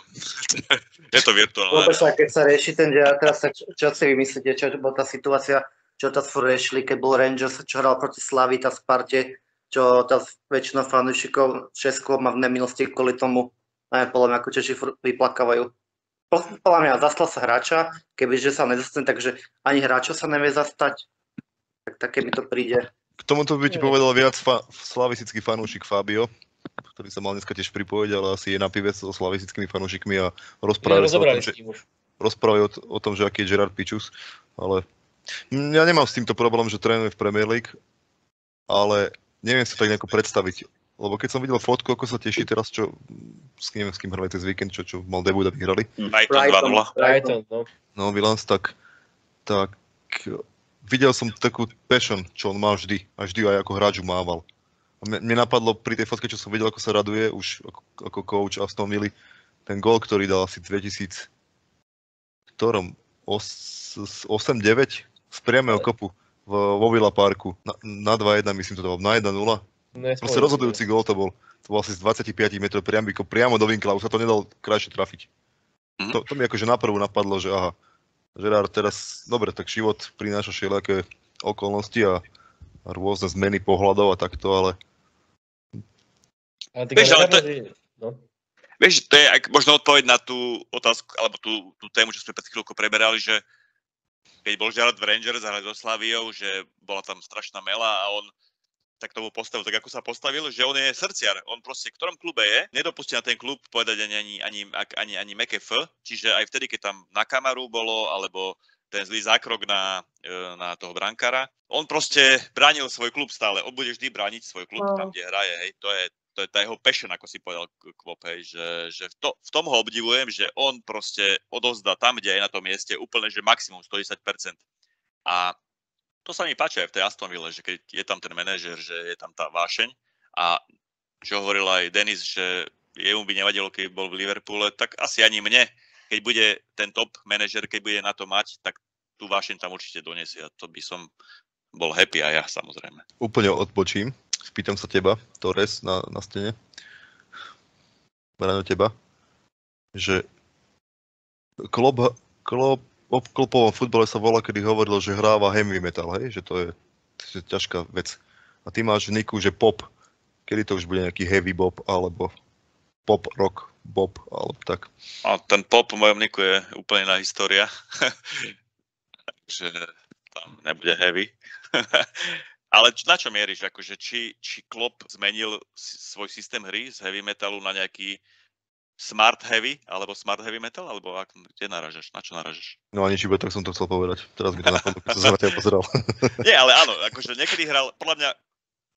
je to virtuálne. Lebo však, keď sa rieši ten Gerard, teraz sa, čo, čo si vymyslíte, čo bola tá situácia, čo teraz furt riešili, keď bol Rangers, čo hral proti Slavy, tá Sparte, čo tá väčšina fanúšikov Česko má v nemilosti kvôli tomu, aj podľa mňa, ako Češi furt vyplakávajú. Po- Podľa mňa zastal sa hráča, kebyže sa nedostane, takže ani hráča sa nevie zastať. Tak také mi to príde. K tomuto by ti povedal viac fa- slavicický fanúšik Fabio, ktorý sa mal dneska tiež pripojiť, ale asi je na pive so slavicickými fanúšikmi a rozprávajú sa o tom, Rozobrali že, s ním už. rozprávajú o, t- o tom, že aký je Gerard Pičus, ale mm, ja nemám s týmto problém, že trénuje v Premier League, ale neviem si to tak nejako predstaviť. Lebo keď som videl fotku, ako sa teší teraz, čo mm, s neviem, s kým hrali cez víkend, čo, čo mal debut a vyhrali, Brighton 2-0. Brighton, no. no Vilans, tak, tak e, videl som takú passion, čo on má vždy a vždy aj ako hráč ju mával. A mne, mne napadlo pri tej fotke, čo som videl, ako sa raduje už ako, ako coach Aston Villa, ten gol, ktorý dal asi 2000, v ktorom Os- s- 8-9 z priamého kopu v, vo Villa Parku. Na, na 2-1 myslím to bolo, na 1-0. Proste rozhodujúci gól to bol. To bol asi z 25 metrov priam, ako priamo do vinkla, už sa to nedalo krajšie trafiť. Mhm. To, to mi akože naprvu napadlo, že aha, Gerard teraz, dobre, tak život prináša všelijaké okolnosti a, a rôzne zmeny pohľadov a takto, ale Ale ty Vieš, ale Gerard, to- že... No. Vieš, to je aj možno odpoveď na tú otázku, alebo tú, tú tému, čo sme pred chvíľkou preberali, že keď bol Gerard v Rangers a hral so Slaviou, že bola tam strašná mela a on tak tomu postavil, tak ako sa postavil, že on je srdciar. On proste v ktorom klube je, nedopustí na ten klub povedať ani, ani, ani, ak- ani, ani meké F, čiže aj vtedy, keď tam na Kamaru bolo, alebo ten zlý zákrok na, e, na toho brankára. On proste bránil svoj klub stále. On bude vždy brániť svoj klub tam, kde hraje. Hej. To, je, to je tá jeho passion, ako si povedal K- Kvop, hej, že, že v, to, v tom ho obdivujem, že on proste odozda tam, kde je na tom mieste úplne, že maximum 110%. A to sa mi páči aj v tej Aston Ville, že keď je tam ten manažer, že je tam tá vášeň a čo hovoril aj Denis, že jemu by nevadilo, keď bol v Liverpoole, tak asi ani mne, keď bude ten top manažer, keď bude na to mať, tak tú vášeň tam určite donesie a to by som bol happy aj ja samozrejme. úplne odbočím. Spýtam sa teba, Torres, na, na stene. Brano teba. Že klub, klub ob klubovom futbale sa volá, kedy hovoril, že hráva heavy metal, hej? Že to je, že ťažká vec. A ty máš v niku, že pop. Kedy to už bude nejaký heavy bob, alebo pop rock bob, alebo tak. A ten pop v mojom niku je úplne iná história. Takže tam nebude heavy. Ale č- na čo mieríš? Akože, či, či Klopp zmenil s- svoj systém hry z heavy metalu na nejaký smart heavy, alebo smart heavy metal, alebo ak, kde naražaš? Na čo naražaš? No a nič iba tak som to chcel povedať. Teraz mi to napadlo, keď som sa na teba pozeral. Nie, ale áno, akože niekedy hral, podľa mňa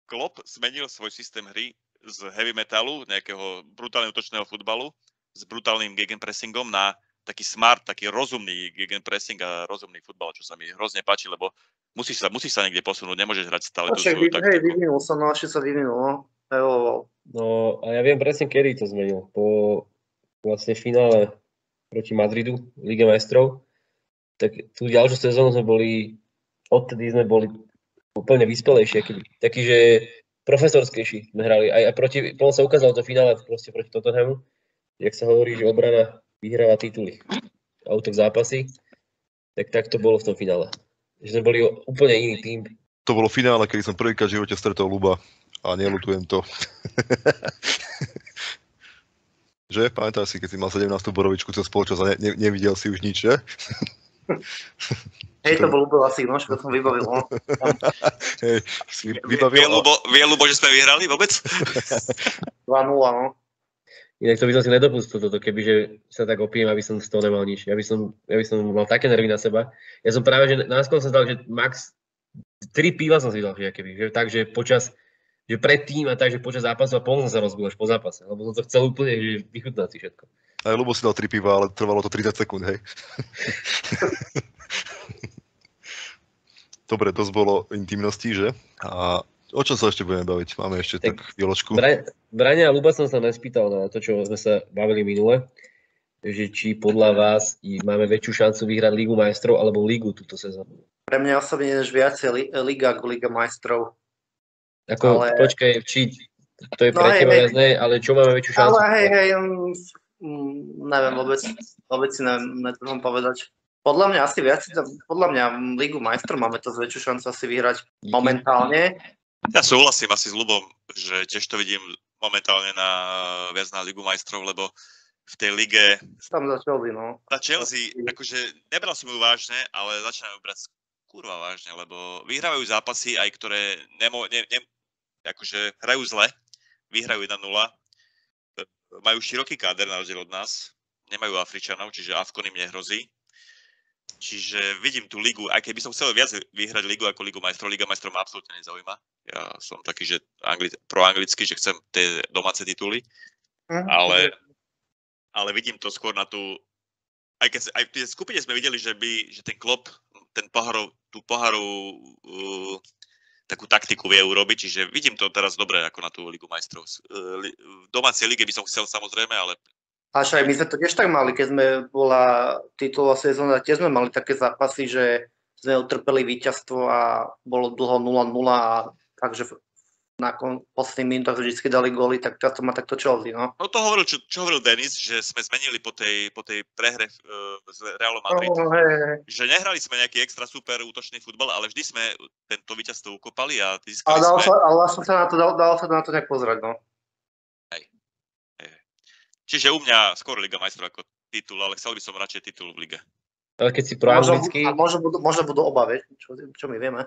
Klopp zmenil svoj systém hry z heavy metalu, nejakého brutálne útočného futbalu, s brutálnym gegenpressingom na taký smart, taký rozumný gegenpressing a rozumný futbal, čo sa mi hrozne páči, lebo musíš sa, musíš sa niekde posunúť, nemôžeš hrať stále tú No však, svoju vy- hej, taktiku. vyvinul sa, no, ešte sa vyvinul, no. Evo, no a ja viem presne, kedy to zmenil. Po vlastne finále proti Madridu, Lige majstrov, tak tú ďalšiu sezónu sme boli, odtedy sme boli úplne vyspelejší, aký, taký, že profesorskejší sme hrali. Aj, aj proti, potom sa ukázalo to finále proste proti Tottenhamu, jak sa hovorí, že obrana vyhráva tituly a útok zápasy, tak tak to bolo v tom finále. Že sme boli o- úplne iný tým. To bolo finále, kedy som prvýkrát v živote stretol Luba a nelutujem to. Že? Pamätáš si, keď si mal 17. borovičku cez polčas a ne, ne, nevidel si už nič, že? Hej, to bol úplne asi nož, to som vybavil. no. Hej, si Vie, vie, vybavil... Lubo, vie Lubo, že sme vyhrali vôbec? 2-0, no. Inak to by som si nedopustil toto, keby že sa tak opijem, aby som z toho nemal nič. Ja by som, ja by som mal také nervy na seba. Ja som práve, že náskôr som dal, že max tri piva som si dal, že keby, že tak, že počas, že predtým a tak, že počas zápasu a potom som sa rozbil až po zápase, lebo som to chcel úplne, že vychutnať si všetko. Aj Lubo si dal tri piva, ale trvalo to 30 sekúnd, hej. Dobre, dosť bolo intimností, že? A o čom sa ešte budeme baviť? Máme ešte tak, Tak- tak chvíľočku. Bra- Brania a Luba som sa nespýtal na to, čo sme sa bavili minule, že či podľa vás i- máme väčšiu šancu vyhrať Lígu majstrov alebo Lígu túto sezónu. Pre mňa osobne než viacej li- Liga ako Liga majstrov. Ako, Ale- počkaj, či to je No pre hej, teba hej. jasné, ale čo máme väčšiu šancu? Ale hej, hej, mm, mm, neviem, vôbec, vôbec si neviem, netrvám povedať. Podľa mňa asi viac, podľa mňa mm, Ligu majstrov máme to väčšiu šancu asi vyhrať momentálne. Ja súhlasím asi s Lubom, že tiež to vidím momentálne na, viac na Ligu majstrov, lebo v tej lige Tam začal by, no. tá Chelsea, akože nebral som ju vážne, ale začínajú ju brať kurva vážne, lebo vyhrávajú zápasy aj ktoré nemo, ne, ne, akože hrajú zle, vyhrajú 1-0, majú široký káder na rozdiel od nás, nemajú Afričanov, čiže Afkon im nehrozí. Čiže vidím tú ligu, aj keby som chcel viac vyhrať ligu ako ligu majstrov, liga majstrov ma absolútne nezaujíma. Ja som taký, že angli- proanglicky, že chcem tie domáce tituly ale, ale vidím to skôr na tú, aj keď sa- aj v tej skupine sme videli, že by, že ten klop, ten poharov, tú poharovú uh, takú taktiku vie urobiť, čiže vidím to teraz dobre ako na tú Ligu majstrov. S- eh, li- V domácej lige by som chcel samozrejme, ale Až aj my sme to tiež tak mali, keď sme bola titulová sezóna, tiež sme mali také zápasy, že sme utrpeli víťazstvo a bolo dlho 0-0 a takže v- na kon, posledných minútach vždy dali góly, tak často ma takto Chelsea, no. no to hovoril, čo, čo hovoril Denis, že sme zmenili po tej, po tej prehre uh, s Realom Madrid. No, hej, hej. Že nehrali sme nejaký extra super útočný futbal, ale vždy sme tento víťazstvo ukopali a Ale získali dalo sme. sa, ale aspoň sa na to, dalo, dalo sa na to nejak pozrieť, no. Čiže u mňa skôr Liga majstrov ako titul, ale chcel by som radšej titul v lige. Ale keď si Možno, proanglicky, a možno, budú, možno budú oba, vieš, čo, čo my vieme.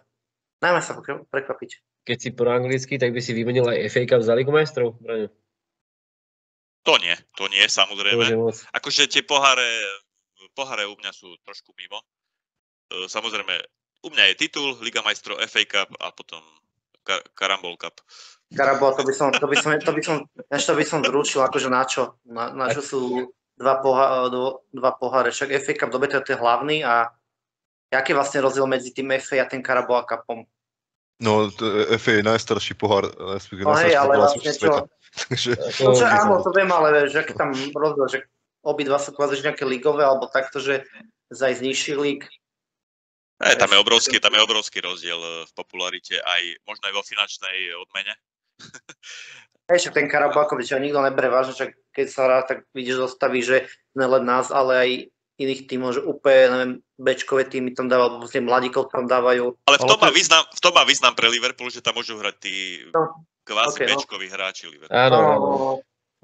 Najmä sa pokra- prekvapiť. keď si proanglicky, tak by si vymenil aj FA Cup za Ligu majstrov. Braňo. To nie, to nie, To už je samozrejme. moc. Akože tie poháre, poháre u mňa sú trošku mimo. E, Samozrejme, u mňa je titul, Liga majstrov, FA Cup a potom Ka- Karambol Cup. Karabo, to by som, to by som, to by som, než to by som zručil, akože na čo? Na, na čo sú dva, poha, dvo- dva poháre? Však FA Cup, dobre, to je ten hlavný a aký je vlastne rozdiel medzi tým FA a tým Carabao Cupom? No, t- FA je najstarší pohár, eh, respektíve No hej, najstarší ale pohár vlastne sveta. čo? Takže Ako, No, čo, Rozdiel. áno, to viem, ale že aký tam rozdiel, že obidva sú kvázi že nejaké ligové, alebo takto, že zaj z nižších líg. E, tam, je obrovský, tam je obrovský rozdiel e, v popularite, aj možno aj vo finančnej odmene. Hej, však ten Karabakovič, a nikto nebere vážne, však keď sa hrá, tak vidíš zostavy, že nelen nás, ale aj iných tímov, že úplne, neviem, Bčkové týmy tam dávajú, alebo vlastne mladíkov tam dávajú. Ale v Ale tom, to- má význam, v tom má význam pre Liverpool, že tam môžu hrať tí No, kvázi ok, no. bečkoví hráči Liverpool. áno, áno.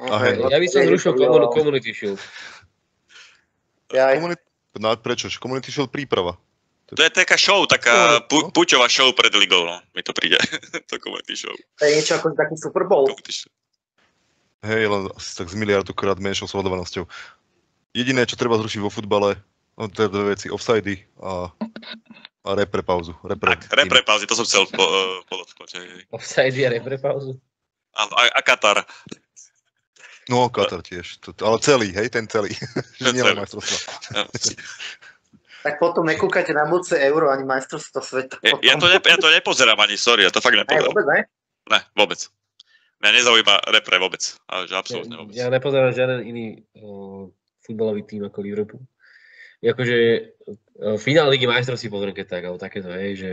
A hej, no, Ja by som hej, zrušil to- komun- Community Shield. Ja aj- Community, na, No prečo? Community Shield príprava. To je taká show, taká No, no. pu- puťová show pred ligou, no. mi to príde. to community show. To je niečo ako taký Super Bowl. Community show. Hej, len asi tak s miliardu krát menšou sledovanosťou. Jediné, čo treba zrušiť vo futbale, no to je dve veci, offsidy a, a repre pauzu. Repre, Tak, repre pauzy, to som chcel po, uh, podotknúť. hej, hej. Offside je repre pauzu. A, a, a Katar. No, Katar tiež, to, to- ale celý, hej, ten celý. Že Ten nielen celý. majstrovstvá. Tak potom nekúkate na budúce euro ani majstrovstvo sveta. Ja, ja, to ne, ja to nepozerám ani, sorry, ja to fakt Aj, nepozerám. vôbec, ne? Ne, vôbec. Mňa nezaujíma repre vôbec. Ale že absolútne vôbec. Ja, ja nepozerám žiaden iný uh, futbalový tým ako Liverpool. Akože uh, finál Ligy majstrov si pozriem keď tak, alebo takéto, hej, že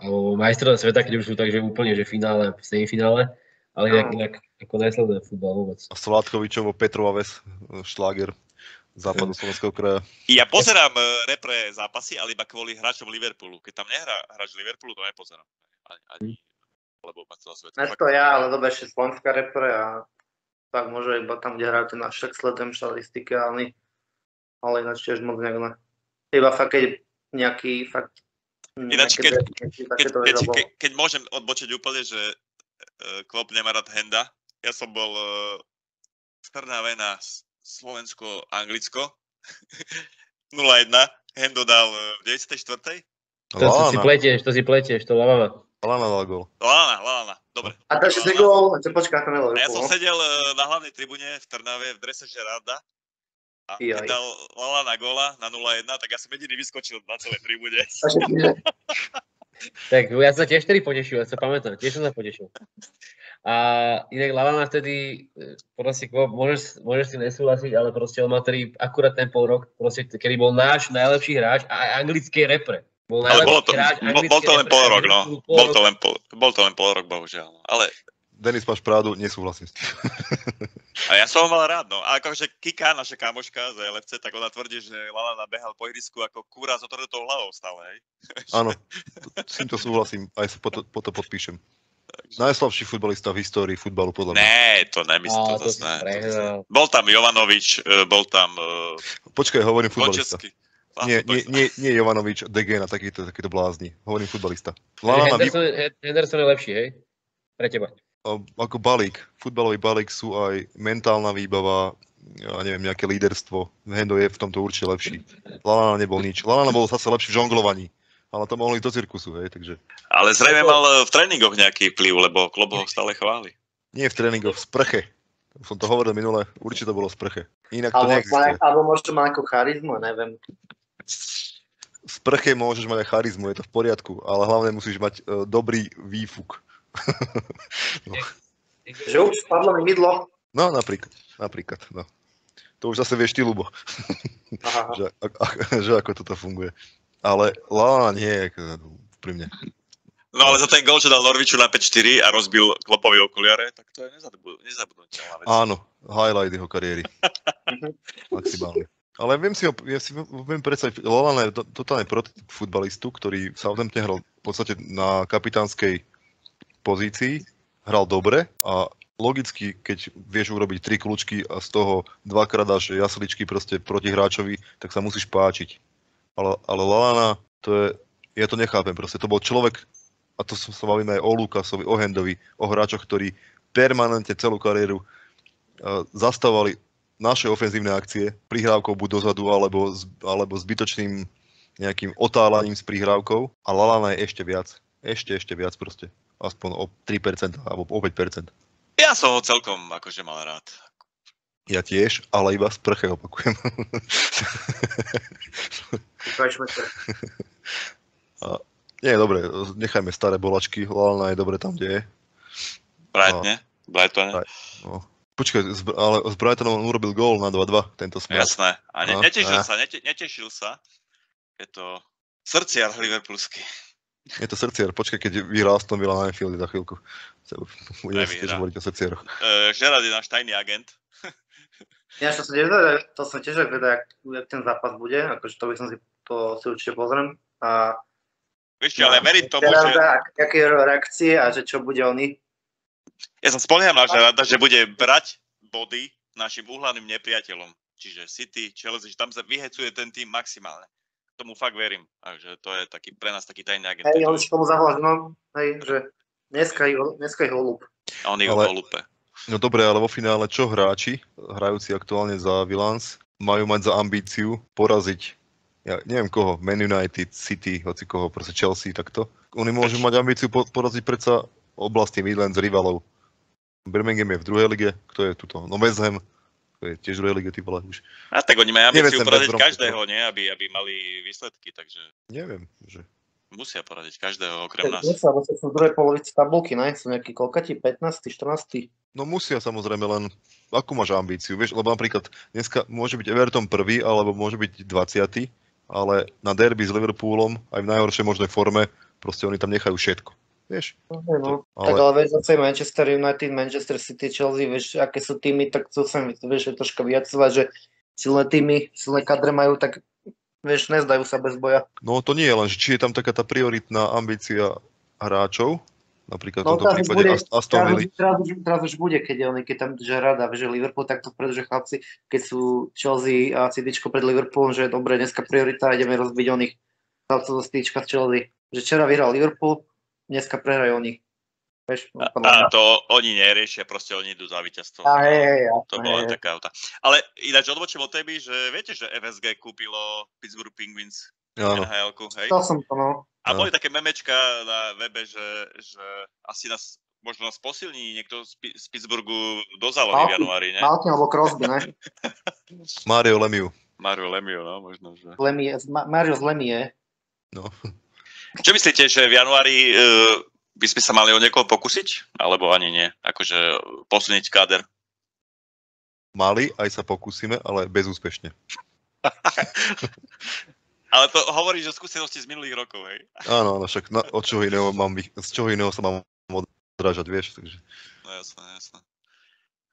alebo majstrovstvá sveta, keď už sú tak, že úplne, že finále, semifinále, ale inak, Áno. inak ako nesledujem futbal vôbec. A Sládkovičovo Petrova Ves, šláger západu slovenského kraja. Ja pozerám eh, repre zápasy, ale iba kvôli hráčom Liverpoolu. Keď tam nehrá hráč Liverpoolu, to nepozerám. Hm. Ani, ani, lebo ma celá sveta. Ne to ja, ale dobre, ešte slovenská repre a tak môže iba tam, kde hrajú ten až tak sledujem štatistiky, ale, oni- ale ináč tiež moc nejak ne. Iba fakt, keď nejaký fakt... Ináč, nejaké keď- derby, Keď, takéto keď, vedel keď, bolo. keď môžem odbočiť úplne, že eh, Klopp nemá rád Henda. Ja som bol eh, v Trnave na S- Slovensko-Anglicko. 0-1. Hendo dal eh, v 94. To, to si Lana, pletieš, to si pletieš, to Lalana. Lana dal gol. Lána, lána, dobre. A tak si gol, čo počká, to nebolo. A ja som gól. sedel eh, na hlavnej tribúne v Trnave v drese Žerarda a keď Jaj. dal Lala na gola na 0-1, tak ja som jediný vyskočil na celej tribúne. Takže, že- Tak ja som sa tiež vtedy potešil, ja sa pamätám, tiež som sa potešil. A inak Lalana vtedy, e, proste, Klopp, môžeš, môžeš si nesúhlasiť, ale proste on má tedy akurát ten pol rok, proste, kedy bol náš najlepší hráč a aj anglickej repre. Bol Ale bolo to, najlepší hráč bol, bol to anglickej len repre, pol rok, no. anglickú pol Bol rok. to len pol, bol to len pol rok, bohužiaľ. no. Ale Denis, máš pravdu, nesúhlasím s tým. a ja som ho mal rád, no. A akože Kika, naša kamoška z LFC, tak ona tvrdí, že Lala behal po ihrisku ako kúra s otrhnutou hlavou stále, hej. Áno, t- s týmto súhlasím, aj sa po to, po to podpíšem. Najslabší futbalista v histórii futbalu, podľa mňa. Ne, to nemyslím, Á, to, to zase si ne. to zase ne. prehnal. Bol tam Jovanovič, eh, bol tam uh, Počkaj, hovorím futbalista. Končeský. Nie, nie, nie, nie Jovanovič, Degena, takýto, takýto blázni. Hovorím futbalista. Lana má vy... Henderson, Hen- Henderson je lepší, hej? Pre teba. a- ako balík, futbalový balík sú aj mentálna výbava, ja neviem, nejaké líderstvo. Hendo je v tomto určite lepší. Lana nebol nič. Lana bol zase lepší v žonglovaní. Ale to mohli ísť do cirkusu, hej, takže Ale zrejme mal eh, v tréningoch nejaký vplyv, lebo Klopp ho stále chváli. nie v tréningoch, v sprche. Som to hovoril minule, určite to bolo v sprche. Inak to Alebo, má neexistuje. nejak- alebo možno má nejakú charizmu, neviem. v sprche môžeš mať aj charizmu, je to v poriadku, ale hlavne musíš mať e, dobrý výfuk. Že už spadlo mi mydlo. No napríklad, napríklad, no. To už zase vieš ty, Lubo, Aha, aha. že, a, a, že ako toto funguje. Ale Lala nie, ako- pri mne. No ale za ten gol, čo dal Norviču na 5-4 a rozbil klopovi okuliare, tak to je nezabudnú- nezabudnutelná vec. Áno, highlight jeho kariéry. Maximálne. Ale viem si, ho, ja si viem predstaviť, Lallana je to- totálne prototyp futbalistu, ktorý v Southamptone hral v podstate na kapitánskej pozícii, hral dobre a logicky, keď vieš urobiť tri kľúčky a z toho dvakrát dáš jasličky proste proti hráčovi, tak sa musíš páčiť. Ale, ale Lallana, to je, ja to nechápem proste, to bol človek, a to som sa bavíme aj o Lukasovi, o Hendovi, o hráčoch, ktorí permanentne celú kariéru eh, zastavovali naše ofenzívne akcie prihrávkou buď dozadu alebo, z, alebo zbytočným nejakým otálaním s prihrávkou a Lalana je ešte viac. Ešte, ešte viac proste. Aspoň o 3% alebo o 5%. Ja som ho celkom akože mal rád. Ja tiež, ale iba z prche opakujem. Ukážme to. Nie, dobre, nechajme staré bolačky, Lalana je dobre tam, kde je. Brightne? Brightone? Tak. No. Počkaj, z, ale s Brightonom on urobil gól na 2-2 tento smer. Jasné. A ne, No, netešil a- sa, nete, netešil sa. Je to srdciar Liverpoolsky. Je to srdciar, počkaj, keď vyhrá Aston Villa na Anfielde za chvíľku. Sa- Budeme si tiež Nevyhrá. hovoriť o srdciaroch. Uh, Gerard je náš tajný agent. Ja to som tiež vedel, to som tiež aj vedel, jak, jak ten zápas bude, akože to by som si, to si určite pozriem. A Vieš čo, ale verím tomu, že... No, Gerarda, Teda ak- aké jeho reakcie a že čo bude oný. Ja sa spolieham na Žerarda, že bude brať body našim úhlaným nepriateľom. Čiže City, Chelsea, že tam sa vyhecuje ten tým maximálne. Tomu fakt verím. Takže to je taký, pre nás taký tajný agent. Hej, Je to- on si tomu zavolal žnom, no, hej, že dneska, je- dneska je holub. a on ich ale- ale... lupe. No dobre, ale vo finále čo hráči, hrajúci aktuálne za Vilans, majú mať za ambíciu poraziť, ja neviem koho, Man United, City, hoci koho, proste Chelsea, takto. Oni môžu mať ambíciu po- poraziť predsa oblasti Midlands rivalov. Birmingham je v druhej lige, kto je tuto? No West Ham, to je tiež v druhej lige, ty vole, už. A tak oni majú Neviem, ambíciu ten poraziť West Brom- každého, nie? Aby, aby mali výsledky, takže Neviem, že... musia poraziť každého okrem nás. Dneska, lebo sú v druhej polovici tabulky, ne? Sú nejaký koľkatí, 15, 14. No musia samozrejme len, akú máš ambíciu, vieš, lebo napríklad dneska môže byť Everton prvý, alebo môže byť 20. ale na derby s Liverpoolom, aj v najhoršej možnej forme, proste oni tam nechajú všetko. Vieš? No, hej, no. ale- Tak ale vieš, zase Manchester United, Manchester City, Chelsea, vieš, aké sú týmy, tak to sa mi, vieš, je troška vyjacovať, že silné týmy, silné kadre majú, tak vieš, nezdajú sa bez boja. No to nie je len, že či je tam taká tá prioritná ambícia hráčov, Napríklad v No, tomto teraz už prípade bude- Ast- Aston Teraz, Villa. už- teraz, už, teraz už bude, keď, oni, keď tam že rada, že Liverpool takto vpredu, že chlapci, keď sú Chelsea a Cityčko pred Liverpoolom, že dobre, dneska priorita, ideme rozbiť oných chlapcov zo Cityčka z Chelsea. Že včera vyhral Liverpool, dneska prehrajú oni. Vieš, A, podľa a mňa. to oni neriešia, proste oni idú za víťazstvo. A hej, hej, jasné, To bola hej, len hej. taká auta. Ale ináč odbočím od témy, že viete, že FSG kúpilo Pittsburgh Penguins Áno. nhl hej? Chcel som to, no. A áno. boli také memečka na webe, že, že asi nás, možno nás posilní niekto z, Pi- z Pittsburghu do zálohy v Malkin. januári, ne? Malkin alebo Crosby, ne? Mario Lemiu. Mario Lemieux, no možno, že... Lemie, Ma- Mario z Lemie. No, Čo myslíte, že v januári uh, by sme sa mali o niekoho pokúsiť? Alebo ani nie? Akože posilniť káder. Mali, aj sa pokúsime, ale bezúspešne. Ale to hovorí, že skúsenosti z minulých rokov, hej? Áno, áno, však na, od čoho iného mám, vych- z čoho iného sa mám odrážať, vieš, takže No jasné, jasné.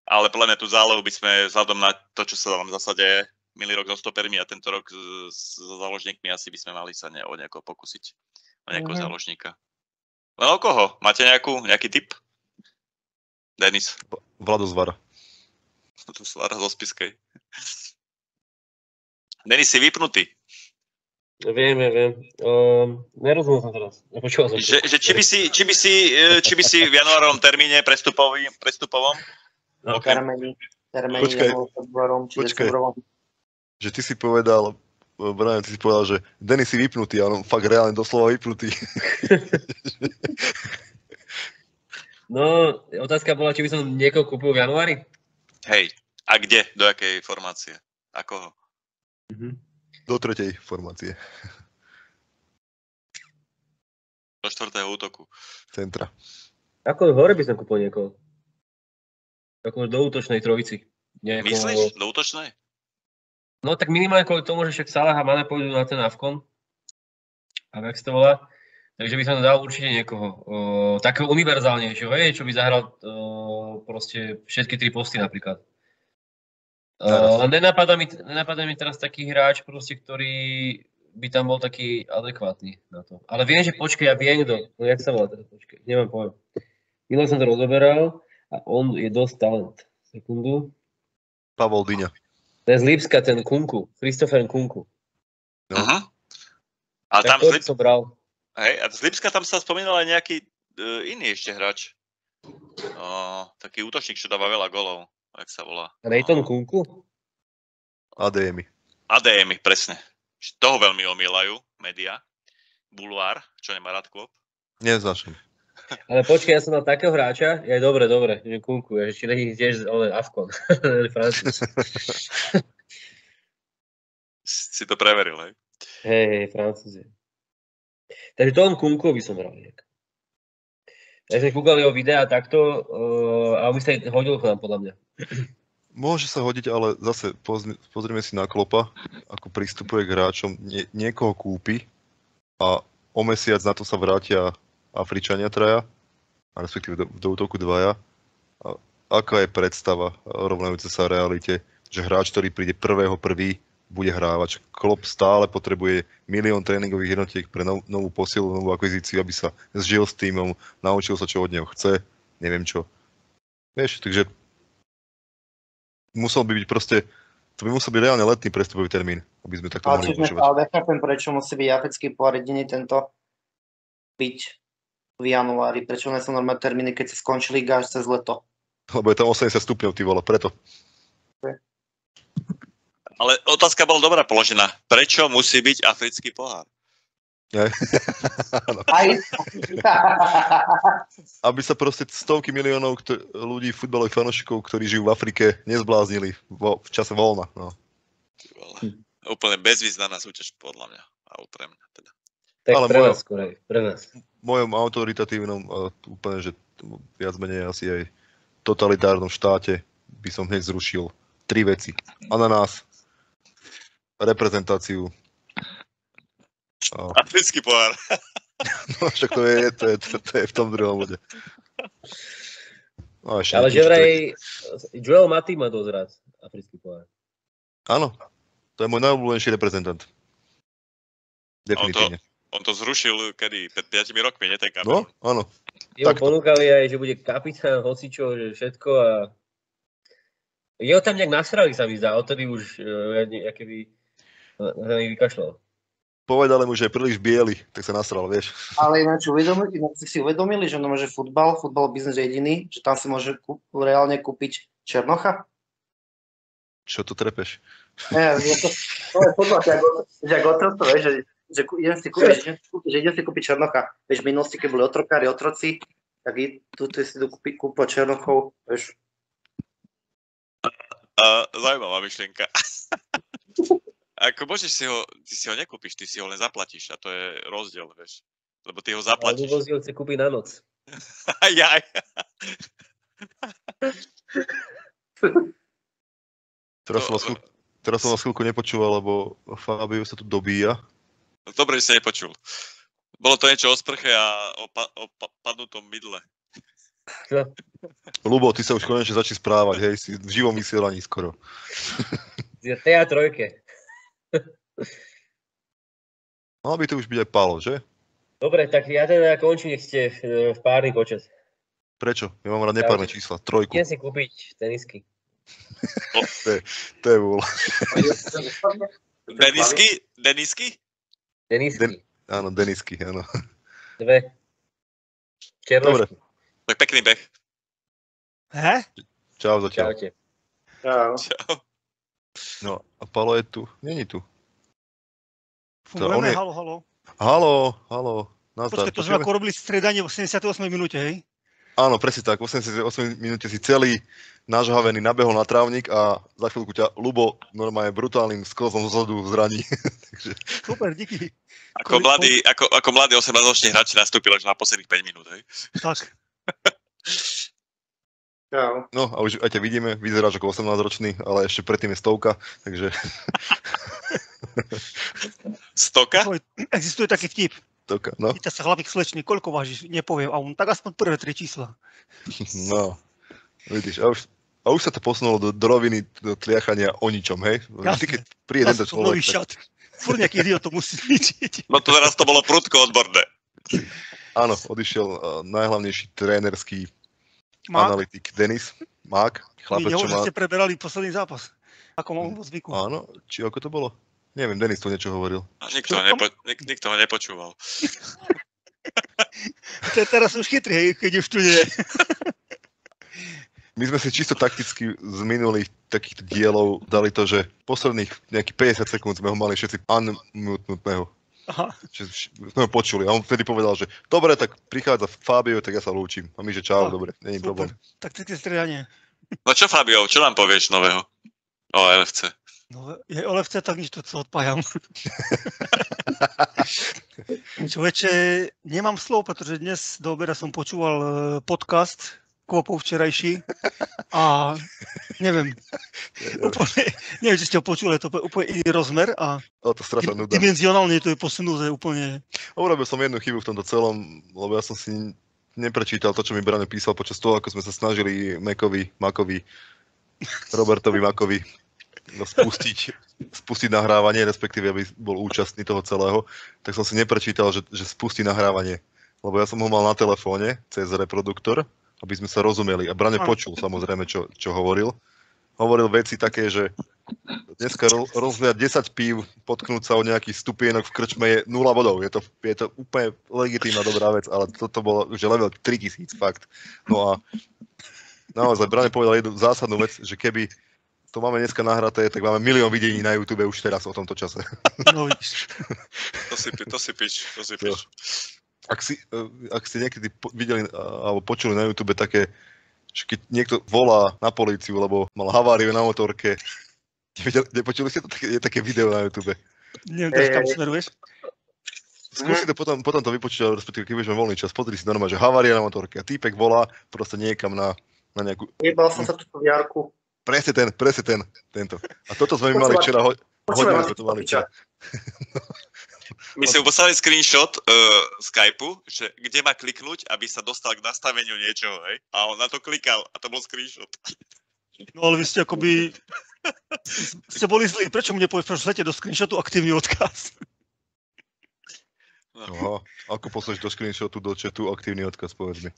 Ale podľa mňa tú zálohu by sme vzhľadom na to, čo sa tam v zásade minulý rok so stopermi a tento rok s, s záložníkmi asi by sme mali sa ne, o niekoho pokúsiť. O nejakého Mhm. záložníka. Len o koho? Máte nejakú, nejaký tip? Denis, Vlado Zvara. to sa raz zo spiskej. Denis si vypnutý. Viem, viem, viem. Um, nerozumel som teraz. Nepočúval som. to. Že, že či, by si, či, by si, e, či by si v januárovom termíne prestupový, prestupovom, No, okrem Termeni, termeni, Počkaj. januárom, februárom či Počkaj. decembrom. Že ty si povedal, e, Brian, ty si povedal, že Denis si vypnutý, ale on fakt reálne doslova vypnutý. no, otázka bola, či by som niekoho kúpil v januári? Hej, a kde? Do jakej formácie? A koho? Do tretej formácie Do štvrtého útoku. centra. Ako hore by som kúpil niekoho? Ako do útočnej trojici. Nejako- Myslíš? Do útočnej? No tak minimálne kvôli tomu, že však Salah a Mane pôjdu na ten Avkon. A jak sa to volá? Takže by som dal určite niekoho. O, takého univerzálnejšieho, hej, čo by zahral o, proste všetky tri posty napríklad. O, Naraz. len nenapadá mi, nenapadá mi teraz taký hráč, proste, ktorý by tam bol taký adekvátny na to. Ale viem, že počkej, ja viem kto. No jak sa volá teraz, počkej, nemám pojem. Minulý som to rozoberal a on je dosť talent. Sekundu. Pavol Dyňa. Ten z Lipska, ten Kunku, Christopher Kunku. No. Mhm. A tam to z, by Lip- som bral. hej, a z Lipska tam sa spomínal aj nejaký uh, iný ešte hráč. Uh, taký útočník, čo dáva veľa golov. Jak sa volá? Rayton No, Kunku? ADM. ADM, presne. Č- Toho veľmi omýlajú média. Bulvár, čo nemá rád klop. Neznášam. Ale počkaj, ja som mal takého hráča, ja dobre, dobre, že Kunku, ja, že či není tiež on Afkon, Francúz. Si to preveril, hej? Hej, hej, Francúz je. Takže tom Kunku by som bral nejak. Ja sme kúkali jeho videa takto uh, a on by sa aj hodil k nám podľa mňa. Môže sa hodiť, ale zase pozri, pozrieme si na Klopa, ako pristupuje k hráčom, nie, niekoho kúpi a o mesiac na to sa vrátia Afričania traja, a respektíve do, do útoku dvaja. A aká je predstava rovnajúce sa realite, že hráč, ktorý príde prvého prvý, bude hrávať. Klop stále potrebuje milión tréningových jednotiek pre nov, novú posilu, novú akvizíciu, aby sa zžil s týmom, naučil sa, čo od neho chce, neviem čo. Vieš, takže musel by byť proste, to by musel byť reálne letný prestupový termín, aby sme takto Ale mohli čiže sme- uvažovať. ale nechápem, prečo musí byť africký pohár jediný tento byť v januári. Prečo nie sú normálne termíny, keď sa skončí liga až cez leto? Lebo je tam 80 stupňov, ty vole, preto. Ale otázka bola dobrá položená. Prečo musí byť africký pohár? Aj... Aby sa proste stovky miliónov kto- ľudí, futbalových fanúšikov, ktorí žijú v Afrike, nezbláznili vo, v čase voľna. No. Ty vole. Hm. Úplne bezvýznamná súťaž podľa mňa. A pre mňa teda. Tak Ale pre mojo- nás skôr, aj, pre nás. V mojom autoritatívnom, a úplne, že t- viac menej asi aj totalitárnom štáte by som hneď zrušil tri veci. Ananás, reprezentáciu. A, Africký pohár. no, však to je, to je, to, je, to je v tom druhom bode. No, a ešte nejaký Ale že tretí. vraj, Joel Matý má dosť rád africký pohár. Áno, to je môj najobľúbenejší reprezentant. Definitívne. On to zrušil kedy? Pred 5 rokmi, nie ten No, Kamerun. áno. Jemu Takto. ponúkali aj, že bude kapitán, hocičo, že všetko a... Jeho tam nejak nasrali sa mi zdá, odtedy už e, keby sa mi vykašľal. Povedali mu, že je príliš biely, tak sa nasral, vieš. Ale ináč, uvedomili, ináč ste si uvedomili, že no môže futbal, futbal biznes je jediný, že tam si môže kú, reálne kúpiť Černocha? Čo tu trepeš? Ne, je to, to je futbal, že ako- že ako otroctvo, vieš, že, že kú- idem si kúpiť, že, idem si kúpiť- že idem si kúpiť Černocha. Vieš, v minulosti, keď boli otrokári, otroci, tak i tu tu si dokúpi, kúpa Černochov, vieš. A zaujímavá myšlienka. Ako môžeš si ho, ty si ho nekúpiš, ty si ho len zaplatíš a to je rozdiel, vieš. Lebo ty ho Ale zaplatíš. vozil chce kúpiť na noc. Jaj. Teraz som vás, chvíľku, teraz som vás chvíľku nepočúval, lebo Fabio sa tu dobíja. No, Dobre, že si nepočul. Bolo to niečo o sprche a o, pa, o pa, padnutom mydle. Lubo, ty sa už konečne začni správať, hej, si v živom vysielaní skoro. Z TA trojke. Mal by tu už byť aj Palo, že? Dobre, tak ja teda končím, nech ste e, v párny počet. Prečo? Ja mám rád nepárne čísla. Trojku. Idem si kúpiť tenisky. To je bol. Denisky? Denisky? Tenisky. Áno, Denisky, áno. Dve. Černošky. Dobre, Tak pekný beh. He? čau zatiaľ. Čaute. Áno. Čau. No, a Palo je tu. Není tu. on Fungujeme? je- Halo, halo. Halo, halo. Nazdar. Počkaj, No to sme počujeme? ako robili stredanie v 88 minúte, hej? Áno, presne tak. V 88 minúte si celý nažhavený nabehol na trávnik a za chvíľku ťa Lubo normálne brutálnym sklzom zhodu zraní. Takže Super, díky. Ako Koľko- mladý, ako, ako mladý 18-ročný hráč si nastúpil až na posledných 5 minút, hej? Tak, Čau. No a už aj ťa vidíme, vyzeráš ako 18-ročný, ale ešte predtým je stovka, takže Stoka? tvoj- existuje taký vtip. stovka, no. Pýta sa chlapík slečný, koľko vážiš? Nepoviem. A on tak aspoň prvé tri čísla. No, vidíš, a už, a už sa to posunulo do, do roviny do tliachania o ničom, hej? Vždy, Jasné. keď príde tento Zas nový človek, tak, šat. Fúr nejaký idiot to musí zničiť. No to teraz to bolo prudko odborné. áno, odišiel uh, najhlavnejší trénerský Má, analytik Denis Mák, mi chlapec, čo nehovor, má... že ste preberali posledný zápas. Ako mám vo zvyku. Áno, či ako to bolo? Neviem, Denis to niečo hovoril. A nikto, ho nepo, nik, nikto ho nepočúval. Te- Teraz už chytrý, hej, keď už tu nie je. My sme si čisto takticky z minulých takýchto dielov dali to, že posledných nejakých 50 sekúnd sme ho mali všetci unmutnutného. Aha, Čiže vš- sme ho počuli a on vtedy povedal, že dobre, tak prichádza Fabio, tak ja sa lúčim. A my, že čau, Tak, dobre, není problém. super. Taktické stredanie. No čo Fabio, čo nám povieš nového? O LFC. No, je olevce, tak nič to co odpájam. Človeče, nemám slov, pretože dnes do obeda som počúval eh, podcast Kvopov včerajší a neviem, úplne, neviem, či ste ho počuli, je to úplne- úplne iný rozmer a Ale to strata nuda. dimenzionálne to je posunuté úplne. Urobil som jednu chybu v tomto celom, lebo ja som si neprečítal to, čo mi Brane písal počas toho, ako sme sa snažili Mekovi, Makovi, Robertovi Makovi no, spustiť, spustiť nahrávanie, respektíve aby bol účastný toho celého, tak som si neprečítal, že, že spustí nahrávanie. Lebo ja som ho mal na telefóne cez reproduktor, aby sme sa rozumeli. A Brane Áno. počul samozrejme, čo, čo hovoril. Hovoril veci také, že dneska ro- rozliať 10 pív, potknúť sa o nejaký stupienok v krčme je 0 bodov. Je to, je to úplne legitímna dobrá vec, ale toto bolo už level 3000 fakt. No a naozaj Brane povedal jednu zásadnú vec, že keby to máme dneska nahraté, tak máme milión videní na YouTube už teraz o tomto čase. No, vidíš. To si, pi- to si pič, to si pič. Ak, si, e, ak ste niekedy po- videli e, alebo počuli na YouTube také, že keď niekto volá na políciu, lebo mal haváriu na motorke, Nevidel- nepočuli ste to? Také- Je také video na YouTube. neviem, teraz kam smeruješ. Skúsi to potom, potom to vypočuť, ale respektíve keď budeš mať voľný čas, pozri si normálne, že havária na motorke a týpek volá proste niekam na, na nejakú... Jebal som sa tu v Jarku. Presne ten, presne ten, tento. A toto sme my mali Počúvaj. včera, ho, hodinu Počúvaj, sme to mali včera. My sme poslali screenshot uh, Skypeu, že kde má kliknúť, aby sa dostal k nastaveniu niečoho, hej? A on na to klikal a to bol screenshot. No ale vy ste akoby... Ste boli zlí, prečo mu nepovieš, prečo do screenshotu aktívny odkaz? Aha, ako posleš do screenshotu, do chatu aktívny odkaz, povedz mi.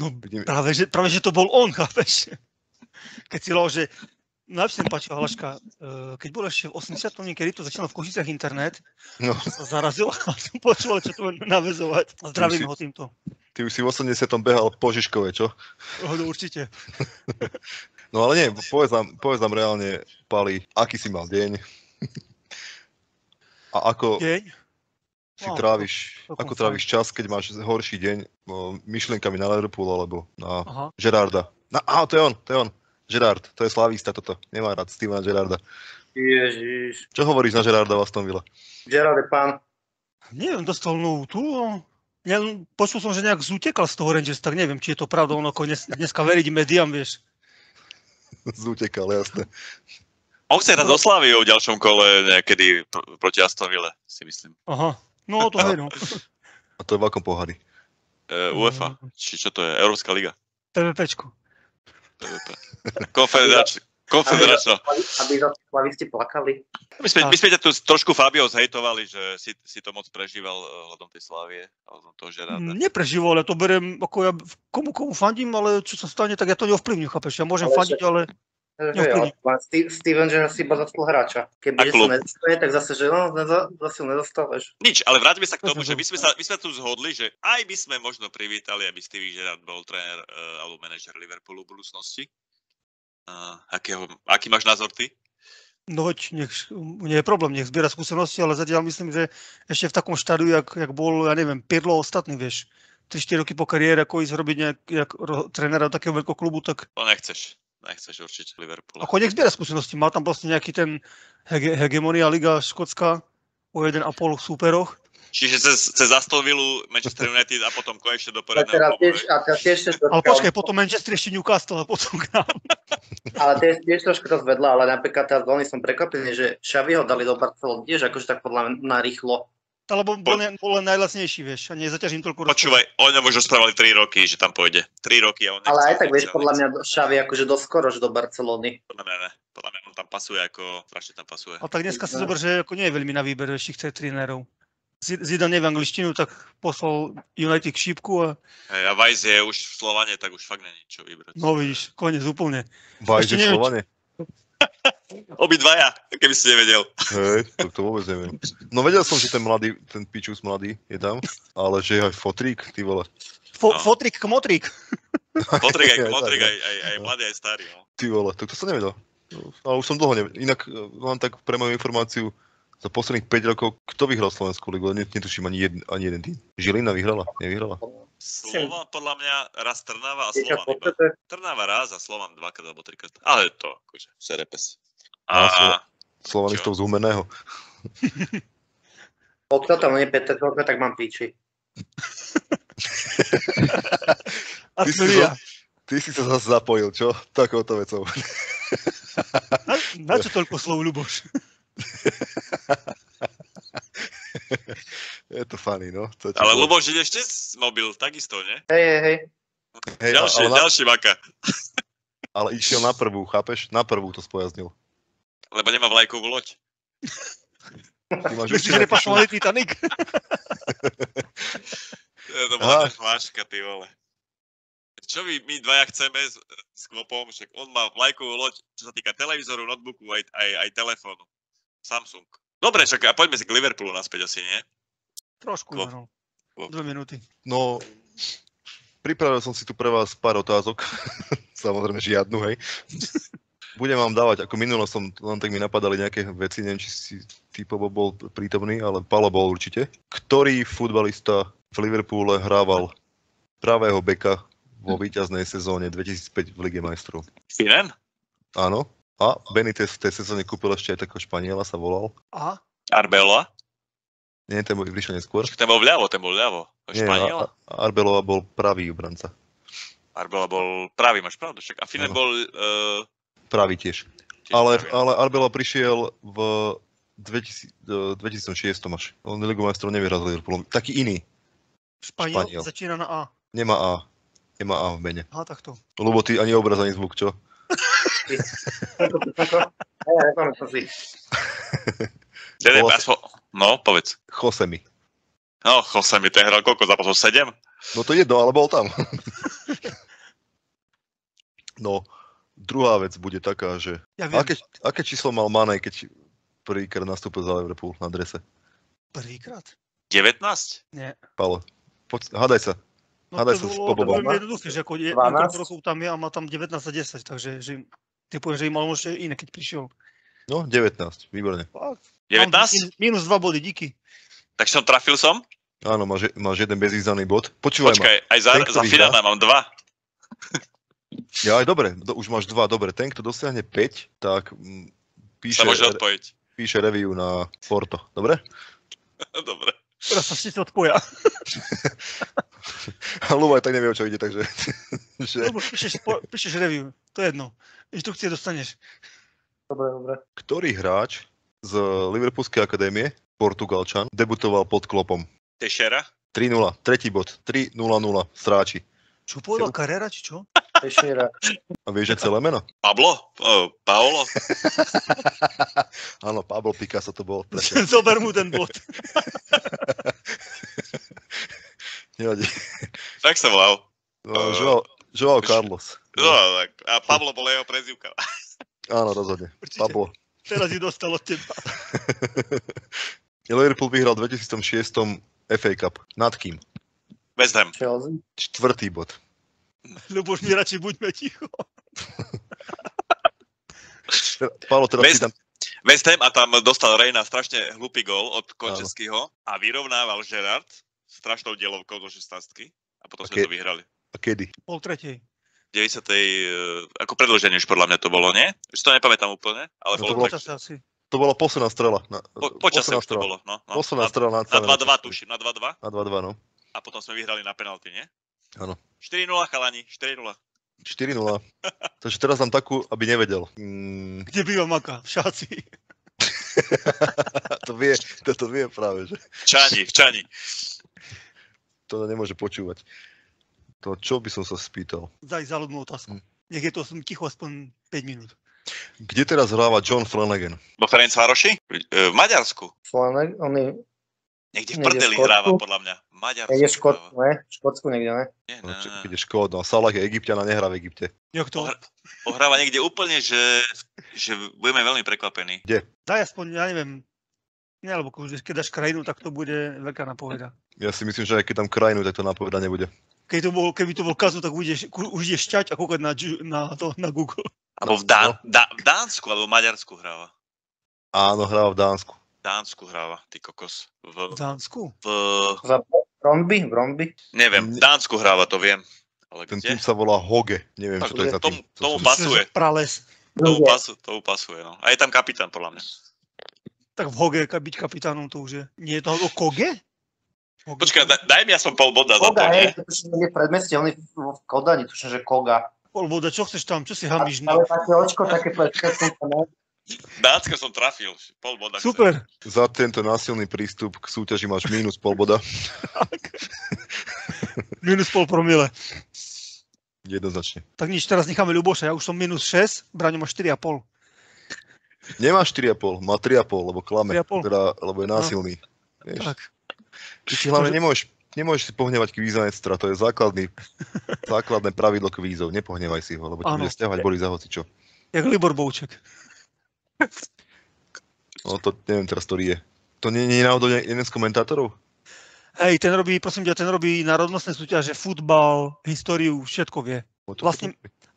No, Vidím, Práve že, práve, že to bol on, chápeš? Keď si loval, že... No, sa mi páčila Halaška. eh, Keď bol ešte v 80 niekedy, to začínal v Košiciach internet, no, sa zarazil a som počúval, čo to bude navezovať. A zdravím si- ho týmto. ty už si v 80. behal po Žižkove, čo? Oh, no, určite. No ale nie, povedz nám, povedz nám reálne, Pali, aký si mal deň? A ako Deň. si No, tráviš, celkom ako fajn. tráviš čas, keď máš horší deň o, myšlienkami na Liverpool alebo na Aha. Gerarda. Na, á, to je on, to je on. Gerard, to je slavista toto. Nemá rád Stevena Gerarda. Ježiš. Čo hovoríš na Gerarda v Aston Villa? Gerard je pán. Neviem, dostal novú tu. no. Ja, len počul som, že nejak zutekal z toho Rangers, tak neviem, či je to pravda, on ako dnes, dneska veriť médiám, vieš. Zútekal, jasné. A už sa hrať do Slavy v ďalšom kole niekedy pr- proti Aston Ville, si myslím. Aha, no to hej, no. A to je v akom pohári? E, UEFA, či čo to je? Európska liga. PVPčko. PVP. Konfederač, konfederačná. Aby za slavisti plakali. My sme, my sme ťa tu trošku Fabio zhejtovali, že si, si to moc prežíval eh, hľadom tej Slavie a hľadom toho Žeranda. Nepreživo, ale to berem, ako ja komu komu fandím, ale čo sa stane, tak ja to neovplyvním, chápeš? Ja môžem Ale fandiť, ale Takže Ďakujem. jo, pán E, Ste- Steven Gerrard si iba dostal hráča. Keď A bude klub. sa nedostaje, tak zase, že no, neza- zase ho nedostaneš. Nič, ale vráťme sa k tomu, že my sme, sa, my sme tu zhodli, že aj by sme možno privítali, aby Stevie Gerrard bol tréner eh, alebo manažer Liverpoolu v budúcnosti. A akého, aký máš názor ty? no veď nech, nie je problém, nech zbiera skúsenosti, ale zatiaľ myslím, že ešte v takom štádiu, jak, jak bol, ja neviem, Pirlo a ostatný, vieš, 3-4 roky po kariére, ako ísť robiť nejak, jak, ro, trénera do takého veľkého klubu, tak To No, nechceš. Nechceš určite Liverpool. ako nech zbiera skúsenosti. Mal tam proste nejaký ten hege, hegemonia Liga Škótska o 1,5 súperoch. Čiže cez, cez Aston Villa, Manchester United a potom konečne do A teraz poriadného klubu. tiež, a teraz tiež, tiež Ale troška- počkaj, potom Manchester ešte Newcastle a potom k nám. ale tiež, tiež trošku to zvedla, ale napríklad teraz veľmi som prekvapený, že Xavi ho dali do Barcelony tiež akože tak podľa mňa narýchlo. Alebo bol, ne, bol len najlacnejší, vieš, a nezaťažím toľko rozpočet. Počúvaj, o ňom už rozprávali 3 roky, že tam pôjde. 3 roky a on nechce. Ale aj tak, nechce, vieš, podľa nechce. mňa Xavi akože doskoro, že do Barcelony. Podľa mňa ne. Podľa mňa on tam pasuje ako... Strašne tam pasuje. A tak dneska si Mhm. zober, že ako nie je veľmi na výber ešte chce trénerov. Z- Zidane nevie angličtinu, tak poslal United k šípku a Hej, a Vajs je už v Slovane, tak už fakt není čo vybrať. no vidíš, koniec úplne. Bajže Ešte neviem, Slovane? Obidvaja, keby si nevedel. Hej, to, to vôbec neviem. No vedel som, že ten mladý, ten pičus mladý je tam, ale že je aj fotrík, ty vole. Fo- No. Fotrik, kmotrik. Motrik aj, Je tak, Motrik no. aj, aj, aj mladý, aj starý. No. Ty vole, tak to som nevedel. Ale už som dlho nevedel. Inak e, len tak pre moju informáciu, za posledných 5 rokov, kto vyhral Slovenskú ligu? Ne- Netuším ani jeden, ani jeden tým. Žilina vyhrala? Nevyhrala? Slovan podľa mňa raz Trnava a Tiež Slovan ako iba. chcete, Trnava raz a Slovan dvakrát alebo trikrát. Ale to akože, serepes. A A, Slovanistov z Humeného. Pokiaľ tam nie je Peter Čorka, tak mám piči. A Ty si Smeria. Ty si sa zase zapojil, čo? Takouto vecou. Na, na čo toľko slov, Ľuboš? Je to funny, no. To je ale čo- Luboš ide ešte z mobil, takisto, nie? Hej, hej, hej. Hej, a- Ďalší, ale, na- ďalší maka. ale išiel na prvú, chápeš? Na prvú to spojaznil. Lebo nemá vlajkovú loď. Ty máš Myslíš, že určite nejaký nepasovali Titanic? E, To bola Aha. tá hláška, ty vole. Čo my, my dvaja chceme s, s Knopom, však on má vlajkovú loď, čo sa týka televízoru, notebooku, aj, aj, aj telefónu. Samsung. Dobre, čak, a poďme si k Liverpoolu naspäť asi, nie? Trošku, Kvop. no. Kvop. Dve minúty. No, pripravil som si tu pre vás pár otázok. Samozrejme žiadnu, hej. Budem vám dávať, ako minulo som, len tak mi napadali nejaké veci, neviem, či si ty Pobo, bol prítomný, ale Palo bol určite. Ktorý futbalista v Liverpoole hrával pravého beka vo víťaznej sezóne 2005 v Lige majstrov? Finan? Áno. A Benitez v tej sezóne kúpil ešte aj takého Španiela, sa volal. A? Arbeloa? Nie, ten bol prišiel neskôr. Ten bol vľavo, ten bol vľavo. Nie, a- Španiel? a- Arbelova bol pravý obranca. Arbeloa bol pravý, máš pravdu, však. A Finan Áno. bol... Uh, Pravý tiež. Ale, ale Arbela prišiel v 2000, eh, 2006 až. On Ligu majstrov nevyhral s Liverpoolom. Taký iný. Španiel, Španiel. začína na A. Nemá A. Nemá A v mene. Aha, takto. Lebo ty ani obraz, ani zvuk, čo? Hej, nepamätám si. Dede, bol asi- aspoň... No, povedz. Chosemi. No, Jose mi ten hral koľko zápasov? 7? No to je jedno, ale bol tam. no, druhá vec bude taká, že Ja viem, aké, aké číslo mal Manej, keď prvýkrát nastúpil za Liverpool na drese? prvýkrát. 19? Palo, poď, hádaj sa. No Hádaj to sa s bolo Bobom. veľmi jednoduché, že ako je, 12? niekoľko rokov tam je a má tam 19 a 10, takže že im- typujem, že im mal možno iné, keď prišiel. No, 19, výborne. Fakt, mám 19? min- Minus 2 body, díky. Tak som trafil som? Áno, máš, máš jeden bezvýznamný bod. Počúvaj ma. Počkaj, aj za, Ten, za ktorý Fidana mám 2. Ja aj dobre, do, už máš dva, dobre. Ten, kto dosiahne 5, tak mm, píše, Sa môže odpojiť. píše review na Porto, dobre? Dobre. Teraz sa všetci odpoja. A Lubo aj tak nevie, o čo ide, takže... že Lebo píšeš, po- píšeš review, to je jedno. Inštrukcie dostaneš. Dobre, dobre. ktorý hráč z Liverpoolskej akadémie, Portugalčan, debutoval pod klopom? Tešera? 3-0, tretí bod, 3-0-0, stráči. Čo povedal Carrera, či čo? Ešte raz. A vieš, že celé meno? Pablo? O, Paolo? Áno, Pablo Picasso to bol. presne. Zober mu ten bod. Nevadí. Tak sa volal. No, Joao- Joao Carlos. Eh, No, tak. A Pablo bol jeho prezivka. Áno, rozhodne. Určite. Pablo. Teraz ju dostal od teba. Liverpool vyhral v 2006 FA Cup. Nad kým? West Ham. Chelsea. Čtvrtý bod. Lebo už mi radšej buďme ticho. Teda- Paolo, teraz Bez- si tam... West Ham a tam dostal Reina strašne hlupý gol od Končeského a vyrovnával Gerard strašnou dielovkou do 16 a potom Okej. sme to vyhrali. A kedy? Pol tretej. 90. e, ako predlženie už podľa mňa to bolo, nie? Už to nepamätám úplne, ale No bolo to bolo tak, Čas asi. To bola posledná strela. Na, po, počasie posledná už to strela. bolo, no. no. Posledná na, strela na, na celé- 2-2 tuším, na 2-2 Na 2-2, no. a potom sme vyhrali na penalty, nie? Áno. 4-0 chalani, 4-0. 4-0. Takže teraz dám takú, aby nevedel. Mm, Kde býva Maka? V šáci. to vie, to, to vie práve, že V Čani, v Čani. to nemôže počúvať. To, čo by som sa spýtal? Daj záľudnú otázku. Hm. Nech je to som ticho aspoň 5 minút. Kde teraz hráva John Flanagan? Vo Ferencvároši? V, e, v Maďarsku. Flanek, oni, Niekde v Niekde v prdeli Škótsku? hráva, podľa mňa. V Maďarsku. je v Škótsku, hráva. ne? V Škótsku niekde, ne? Nie, No, ne, čo, ne, ne. ide škód, no Salah je Egyptian a nehrá v Egypte. Jak to? Dobre. Ohráva niekde úplne, že, že budeme veľmi prekvapení. Daj aspoň, ja neviem, ne, alebo keď keď dáš krajinu, tak to bude veľká napoveda. Ja si myslím, že aj keď tam krajinu, tak to nápoveda nebude. Keď to bol, keby to bol kazu, tak ujdeš, ku- už ideš šťať a kúkať na, Ju- na, to, na Google. Alebo v, Dán, Dá, v Dánsku, alebo v Maďarsku hráva. Áno, hráva v Dánsku. V Dánsku hráva, ty kokos. V V, Dánsku? v, Za Bromby, Bromby. neviem, v Dánsku hráva, to viem. Ale Ten kde? tým sa volá Hoge. Neviem, čo Tak to je za tým. tomu- tomu To som- ba- Pasuje. Myslím, že Prales. Tomu, pasu, tomu pasuje, no. A je tam kapitán, podľa mňa. Tak v Hoge ka- byť kapitánom to už je. Nie je to o Koge? Hoge? Počkaj, da, daj mi aspoň pol boda za to, Koga, nie? hej, to tuším, je predmestie, oni v v Kodani, tuším, že Koga. Olboda, čo chceš tam? Čo si A- hamíš? No. Ale také očko, také predmestie, ne? Dánska som trafil, pol boda. chcem. Super. Za tento násilný prístup k súťaži máš mínus pol boda. Minus pol promile. Jednoznačne. Tak nič, teraz necháme Ľuboša. Ja už som minus 6, Braňo má 4,5. Nemá 4,5, má 3,5, lebo klame. 3,5. Teda, lebo je No. násilný. Vieš, Tak. Ty si hlavne nemôžeš, nemôžeš si pohnevať kvízanectra, to je základný, základné pravidlo kvízov, nepohnevaj si ho, lebo ti Áno. bude stiahovať boli za hocičo. Jak Libor Bouček. No to neviem teraz, ktorý je. To nie nie je náhodou ne- jeden z komentátorov? Hej, ten robí, prosím ťa, ten robí národnostné súťaže, futbal, históriu, všetko vie. O to- Vlastne,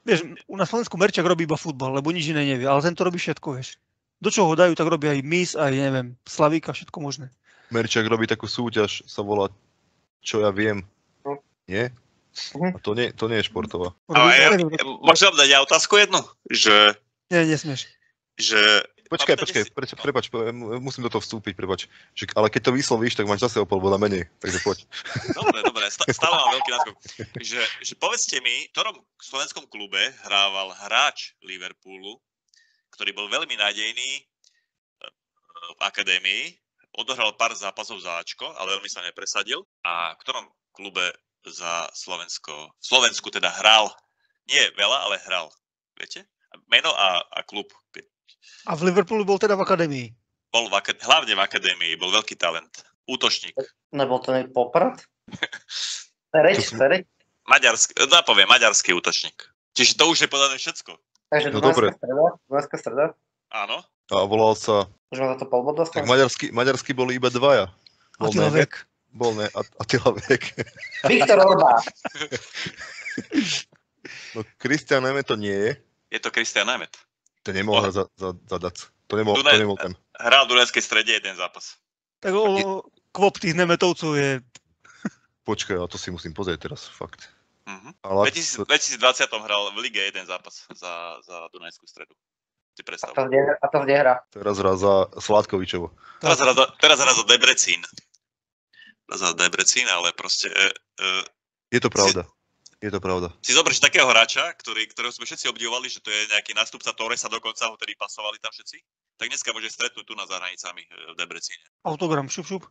vieš, u na Slovensku Merčak robí iba futbal, lebo nič iné nevie, ale tento robí všetko, vieš. Do čoho ho dajú, tak robí aj mis, aj neviem, Slavíka, všetko možné. Merčak robí takú súťaž, sa volá Čo ja viem. No. Nie? A Mhm. to nie, to nie je športová. Robí, Ale ja- neviem, E, Môžem vám dať ja otázku jednu? Že, nie, nesmieš. že Počkaj, Pamätáte počkaj, si- preč, prepač, po- mu- musím do toho vstúpiť, prepač. Že, ale keď to vyslovíš, tak máš zase o pol boda menej, takže poď. Dobre, dobre, sta- stále mám veľký náskok. Že, že povedzte mi, v ktorom slovenskom klube hrával hráč Liverpoolu, ktorý bol veľmi nádejný e, v akadémii, odohral pár zápasov za Ačko, ale veľmi sa nepresadil. A v ktorom klube za Slovensko, v Slovensku teda hral, nie veľa, ale hral, viete? Meno a, a klub. A v Liverpoolu bol teda v akadémii. Bol v akad- hlavne v akadémii, bol veľký talent. útočník. Nebol to nejaký poprad? Pereč, To sú- pereč. Maďarský, no poviem, maďarský útočník. Čiže to už je podané všetko. Takže No 12. dobre. streda, 12. streda. Áno. A volal sa... Už mám za to polbod dostať? Tak maďarsky, maďarsky boli iba dvaja. Bol Atila Nemet, Vek. Bol ne, At- Attila Vek. Viktor Orbán. No Kristian Neme to nie je. Je to Kristian Nemet. To nemohol Ale- hrať za, za, za Dac. To nebol, Dunaj- to nebol ten. Hral v Dunajskej strede jeden zápas. Tak o, kvop tých nemetovcov je... Počkaj, a to si musím pozrieť teraz, fakt. Mhm. Ale V ak- 2000 2020 hral v lige jeden zápas za, za Dunajskú stredu. Si A tam predstav. kde, a tam kde hra. teraz hrá za Sládkovičovo. Teraz hra za, teraz hra za Debrecín. Hra Za Debrecín, ale proste... E, e, Je to pravda. Je to pravda. si zoberieš takého hráča, ktorý, ktorého sme všetci obdivovali, že to je nejaký nástupca Torresa, dokonca ho tedy pasovali tam všetci, tak dneska môže stretnúť tu na za hranicami e, v Debrecíne. Autogram, šup, šup.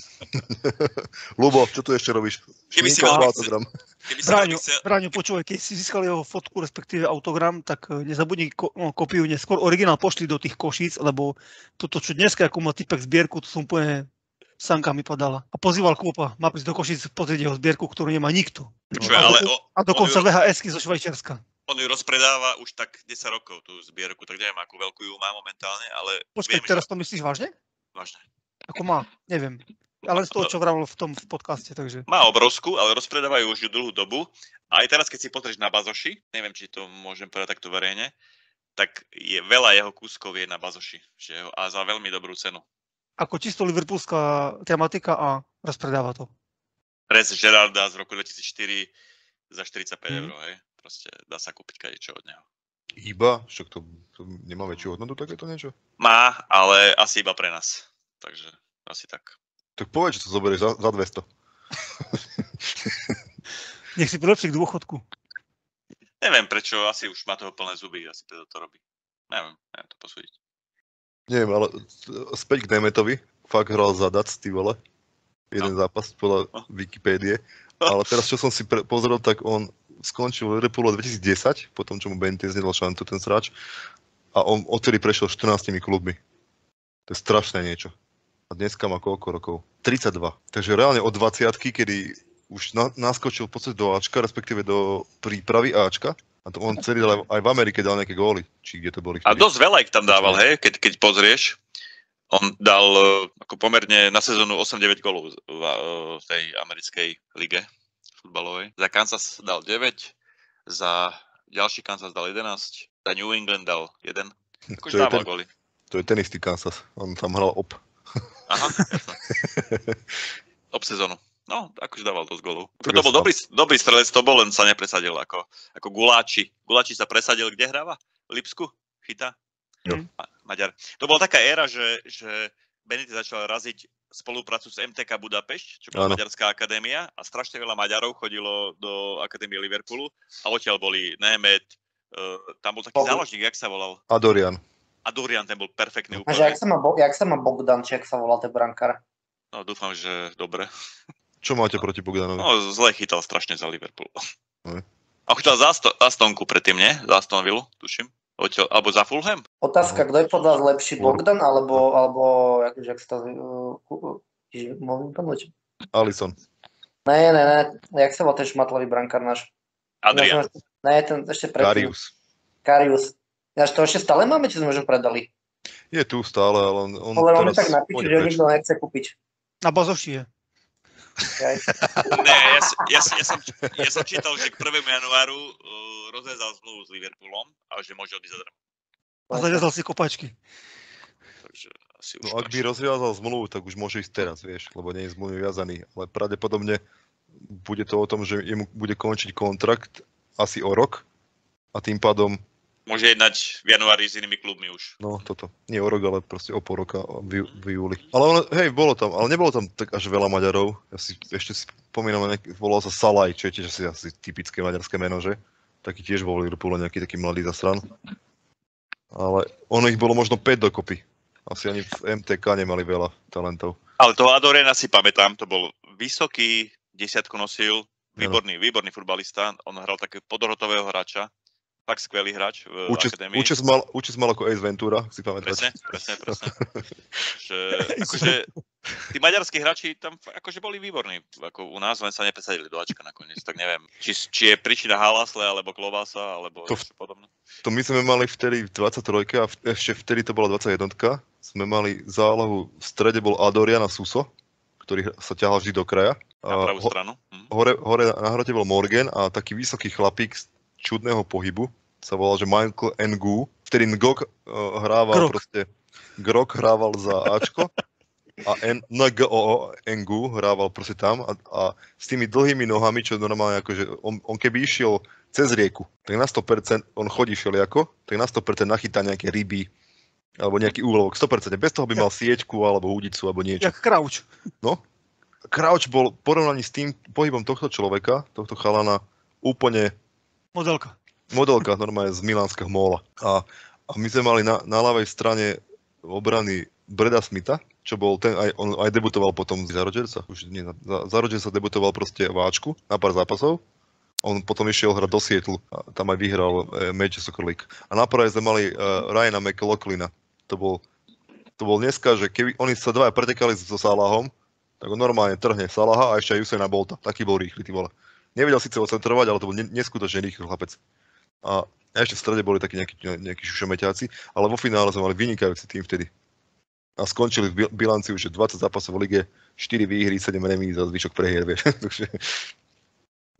Lubo, čo tu ešte robíš? Keby si Šminka, mal- autogram. Keby sa Braňo, Braňo. chcel... Braňo, počúvaj, keď si získal jeho fotku, respektíve autogram, tak eh, nezabudni ko- no, kopiu neskôr. Originál pošli do tých košíc, lebo toto, čo dneska, ako má typek zbierku, to som úplne sanka mi padala. A pozýval Kvopa, má prísť do Košíc pozrieť jeho zbierku, ktorú nemá nikto. Čo, ale o, A on, dokonca ju, VHS-ky zo Švajčiarska. on ju rozpredáva už tak 10 rokov, tú zbierku, tak neviem, akú veľkú ju má momentálne, ale Počkaj, viem, teraz to myslíš vážne? že vážne. Ako má? Neviem. Ale z toho, No. čo vravil v tom v podcaste, takže... Má obrovskú, ale rozpredávajú už ju dlhú dobu. A aj teraz, keď si pozrieš na Bazoši, neviem, či to môžem povedať takto verejne, tak je, veľa jeho kúskov je na Bazoši že jeho, a za veľmi dobrú cenu. Ako čisto liverpoolská tematika a rozpredáva to. Rez Gerarda z roku 2004 za 45 Mhm. eur, hej. Proste dá sa kúpiť kadečo od neho. Iba? Však to, to nemá väčšiu hodnotu takéto niečo? Má, ale asi iba pre nás. Takže asi tak. Tak povedz, že to zoberieš za, za 200. Nech si prilepší k dôchodku. Neviem prečo, asi už má toho plné zuby, asi preto to robí. Neviem, neviem to posúdiť. Neviem, ale s- späť k Nemetovi. Fakt hral za Dac, ty vole. Jeden zápas podľa No. Wikipédie. Ale teraz, čo som si pre- pozrel, tak on skončil v Liverpoole 2010, potom čo mu Benitez nedal šancu, ten sráč. A on odtedy prešiel 14 klubmi. To je strašné niečo. A dneska má koľko rokov? 32. Takže reálne od 20 kedy už na, naskočil v podstate do Ačka, respektíve do prípravy Ačka. A to on celý dal aj, aj v Amerike dal nejaké góly, či kde to boli. A vtedy. dosť veľa ich tam dával, hej, keď, keď pozrieš. On dal e, ako pomerne na sezónu 8-9 golov z- v, e, v tej americkej lige futbalovej. Za Kansas dal 9, za ďalší Kansas dal 11, za New England dal 1. Akože To je dával ten- goly. To je ten istý Kansas. On tam hral op. Aha, jasné. Ob sezónu. No, akože dával dosť golov. Tak To bol jasné. dobrý, dobrý strelec, to bol, len sa nepresadil ako, ako Guláči. Guláči sa presadil, kde hráva? Lipsku? Chytá? Jo. Ma- Maďar. To bola taká éra, že, že Benitez začal raziť spoluprácu s MTK Budapešť, čo bola Áno. Maďarská akadémia a strašne veľa Maďarov chodilo do akadémie Liverpoolu a odtiaľ boli Nemet, eh, tam bol taký Bogu. záložník, jak sa volal, A Dorian. a Durian, ten bol perfektný A že úplne. jak sa má, Bo- jak sa má Bogdan, či jak sa volá ten brankár? No dúfam, že dobre. Čo máte proti Bogdanovi? No, zle chytal strašne za Liverpool. Hej. A chytal za, Sto- za Stonku predtým, nie? Za Stonville, tuším. Odtiaľ, alebo za Fulham? Otázka, kto je podľa vás lepší, Kur- Bogdan alebo, alebo jak, jak sa to... Uh, ku- Ježiš, môžem pomôcť? Alison. Ne, ne, ne, jak sa volá ten šmatlavý brankár náš? Adrian. Ináč, Ne, ten ešte predtým. Darius. Karius. Ináč to ešte stále máme, či sme už ho predali? Je tu stále, ale on, on Ale on je Mm, teraz tak napíše, pôjde že ho preč. nikto nechce kúpiť. Na Bazoši je. Jaj. Ne, ja, s- ja, s- ja, som, ja som čítal, že k 1. januáru uh, rozhezal zmluvu s Liverpoolom a že môže odísť zadarmo. A zaviazal si kopačky. Takže asi už No ak by končí. rozviazal zmluvu, tak už môže ísť teraz, vieš, lebo nie je zmluvy viazaný. Ale pravdepodobne bude to o tom, že jemu bude končiť kontrakt asi o rok a tým pádom, Môže jednať v januári s inými klubmi už. no toto, nie o rok, ale proste o pol roka v, ju- v júli. Ale on, hej, bolo tam, ale nebolo tam tak až veľa Maďarov. Ja si ešte si spomínam, nejak- volal sa Salaj, čo je tiež asi, asi typické maďarské meno, že? Taký tiež bol v Liverpoole nejaký taký mladý zasran. Ale ono ich bolo možno 5 dokopy. Asi ani v MTK nemali veľa talentov. Ale toho Adorena si pamätám, to bol vysoký, desiatku nosil, výborný, výborný futbalista. On hral takého podrotového hráča. fakt skvelý hráč v Účes, akadémii. účes, mal, účes mal ako Ace Ventura, ak si Presne, pamätáš. presne, presne. že, akože, tí maďarskí hráči tam f- akože boli výborní ako u nás, len sa nepresadili do Ačka nakoniec, tak neviem, či, či je príčina Halasle, alebo Klobasa, alebo To to... v- niečo podobné. To my sme mali vtedy 23 a v- ešte vtedy to bola 21 sme mali zálohu, v strede bol Adorian a Suso, ktorý sa ťahal vždy do kraja. Na A pravú ho- stranu. Hm. Mm-hmm. hore, hore na hrote bol Morgan a taký vysoký chlapík z čudného pohybu, sa volal, že Michael Ngu, vtedy Ngok uh, hrával Grok. Grok. proste, Grok hrával za Ačko a N, NGO Ngu hrával proste tam a, a s tými dlhými nohami, čo normálne akože, on, on keby išiel cez rieku, tak na 100%, on chodí všelijako, tak na 100% nachytá nejaké ryby, alebo nejaký úlovok, 100%, bez toho by mal sieťku, alebo údicu, alebo niečo. Jak Krauč. Crouch bol v porovnaní s tým pohybom tohto človeka, tohto chalana, úplne Modelka. modelka normálne z Milánskeho móla. A, a my sme mali na, na ľavej strane obrany Breda Smitha, čo bol ten, aj, on aj debutoval potom za Rodgersa. Už nie, za, za Rodgersa debutoval proste váčku na pár zápasov. On potom išiel hrať do Sietlu a tam aj vyhral e, Major Soccer League. A na prave sme mali e, Ryana McLaughlina. To bol, to bol dneska, že keby oni sa dvaja pretekali so Salahom, tak on normálne trhne Salaha a ešte aj Usaina Bolta. Taký bol rýchly, ty vole. Nevedel síce ocentrovať, ale to bol ne, neskutočne rýchly chlapec. A ešte v strede boli takí nejakí, nejakí šušomeťáci, ale vo finále sme mali vynikajúci tým vtedy. A skončili v bil- bilanci už že 20 zápasov v lige, 4 výhry, 7 remíz a zvyšok prehier, vieš. Takže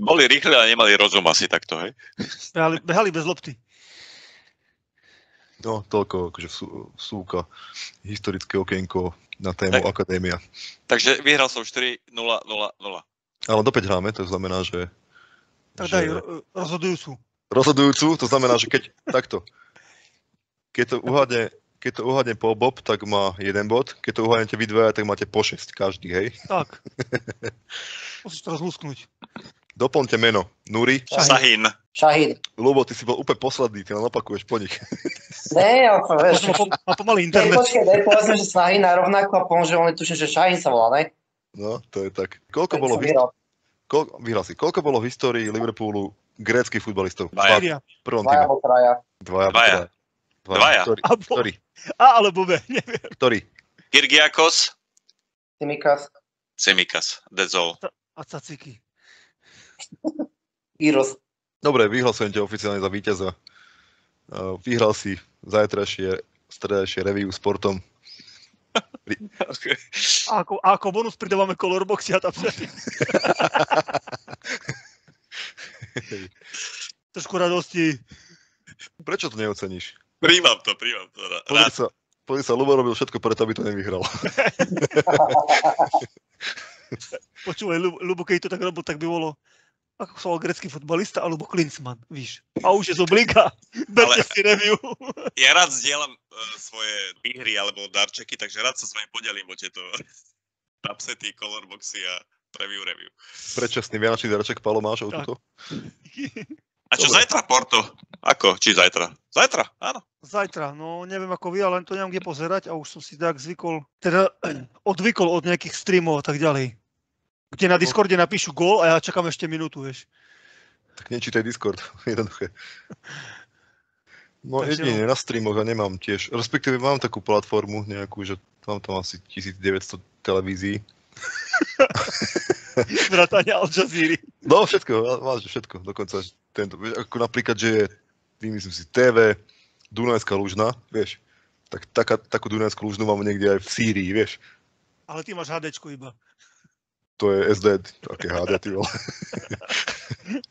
Boli rýchli, ale nemali rozum asi takto, hej. Behali, behali bez lopty. no, toľko akože sú, súka, historické okienko na tému Tak. akadémia. Takže vyhral som 4-0-0-0. Ale do 5 hráme, to znamená, že... Tak že daj no. ro- rozhodujúcu. rozhodujúcu, to znamená, že keď takto, keď to uhádne, keď to uhádne po Bob, tak má jeden bod, keď to uhádnete vy dvaja, tak máte po 6 každý, hej. Tak. Musíš to rozlúsknuť. Doplňte meno. Nuri, Sahin. Šahin. Lubo, ty si bol úplne posledný, ty len opakuješ po nich. Ne, ja som, Ja vieš, som mal pom- mal pomaly Ne, internet. počkaj, ne, povedal som, že Sahin a rovnako a pomôže, on tuším, že Šahin sa volá, ne? No, to je tak. Koľko Tak bolo, som v, vyhral. koľko, vyhral si, koľko bolo v histórii Liverpoolu gréckých futbalistov? Dvaja. Štyria. V prvom Dvaja týme. alebo traja. Dvaja. Teda Dvaja. Dvaja. Ktorý, A, bo, ktorý, a alebo B. Neviem. ktorý? Kyrgiakos, Simikas, Semikas, Dezol. A caciky. Iros. Dobre, vyhlasujem ťa oficiálne za víťaza. Uh, Vyhral si zajtrajšie, stredajšie review sportom. A ako, a ako bonus pridávame colorboxy a tam Trošku radosti. Prečo to neoceníš? Príjmam to, príjmam to. ra- Pozri Rád. sa, pozri sa, Lubo robil všetko preto, aby to nevyhral. Počúvaj, Lu- Lubo, keď to tak robil, tak by bolo ako sa volal grecký futbalista, alebo Klinsmann, víš. A už je z oblíka. Berte Ale- si review. Ja rád zdieľam eh, svoje výhry alebo darčeky, takže rád sa s vami podelím o tieto tapsety, colorboxy a preview review. Predčasný vianočný darček, Palo, máš o Tak. túto? A čo Dobre. zajtra Porto? Ako? Či zajtra? Zajtra, áno. Zajtra, no neviem ako vy, ale len to nemám kde pozerať a už som si tak zvykol, teda odvykol od nejakých streamov a tak ďalej. Kde na Discorde napíšu gól a ja čakám ešte minútu, vieš. Tak nečítaj Discord, jednoduché. No Takže- jedine na streamoch ja nemám tiež, respektíve mám takú platformu nejakú, že mám tam asi 1900 televízií. Vrátania Al Jazeera. No všetko, máš všetko, dokonca až tento, vieš, ako napríklad, že je, vymyslím si, TV, Dunajská lužna, vieš, tak taká, takú Dunajskú lužnu mám niekde aj v Sýrii, vieš, Ale ty máš HDčko iba. to je SD, také HD, ty vole.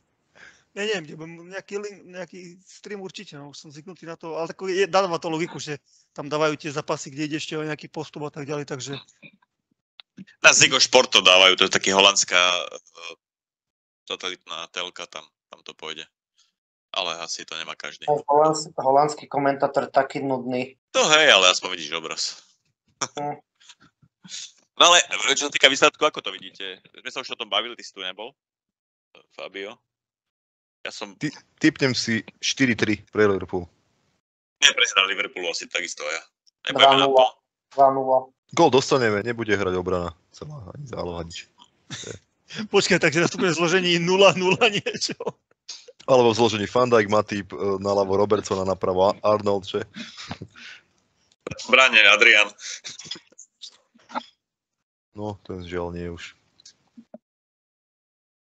Ja neviem, kde, budem- nejaký, link, nejaký stream určite, no, už som zvyknutý na to, ale tako je, dáva to logiku, že tam dávajú tie zapasy, kde ide ešte o nejaký postup a tak ďalej, takže Na Zigo Športo dávajú, to je taký holandská eh, satelitná telka, tam, tam to pôjde. Ale asi to nemá každý. Ten holands- holandský komentátor je taký nudný. To hej, ale aspoň vidíš obraz. Hm. No ale e, čo sa týka výsledku, ako to vidíte? Sme sa už o tom bavili, ty si tu nebol, e, Fabio. Ja som Typnem si 4-3 pre Liverpool. neprehral Liverpoolu asi takisto ja. Nepojeme na to. 2-0. Gól dostaneme, nebude hrať obrana, celá ani záloha, nič. počkaj, takže nastupuje zložení 0-0 niečo. Alebo v zložení Fandijk, Matip, e, na ľavo Robertsona, na pravo Arnold, že? Brane, Adrian. No, ten žiaľ nie už.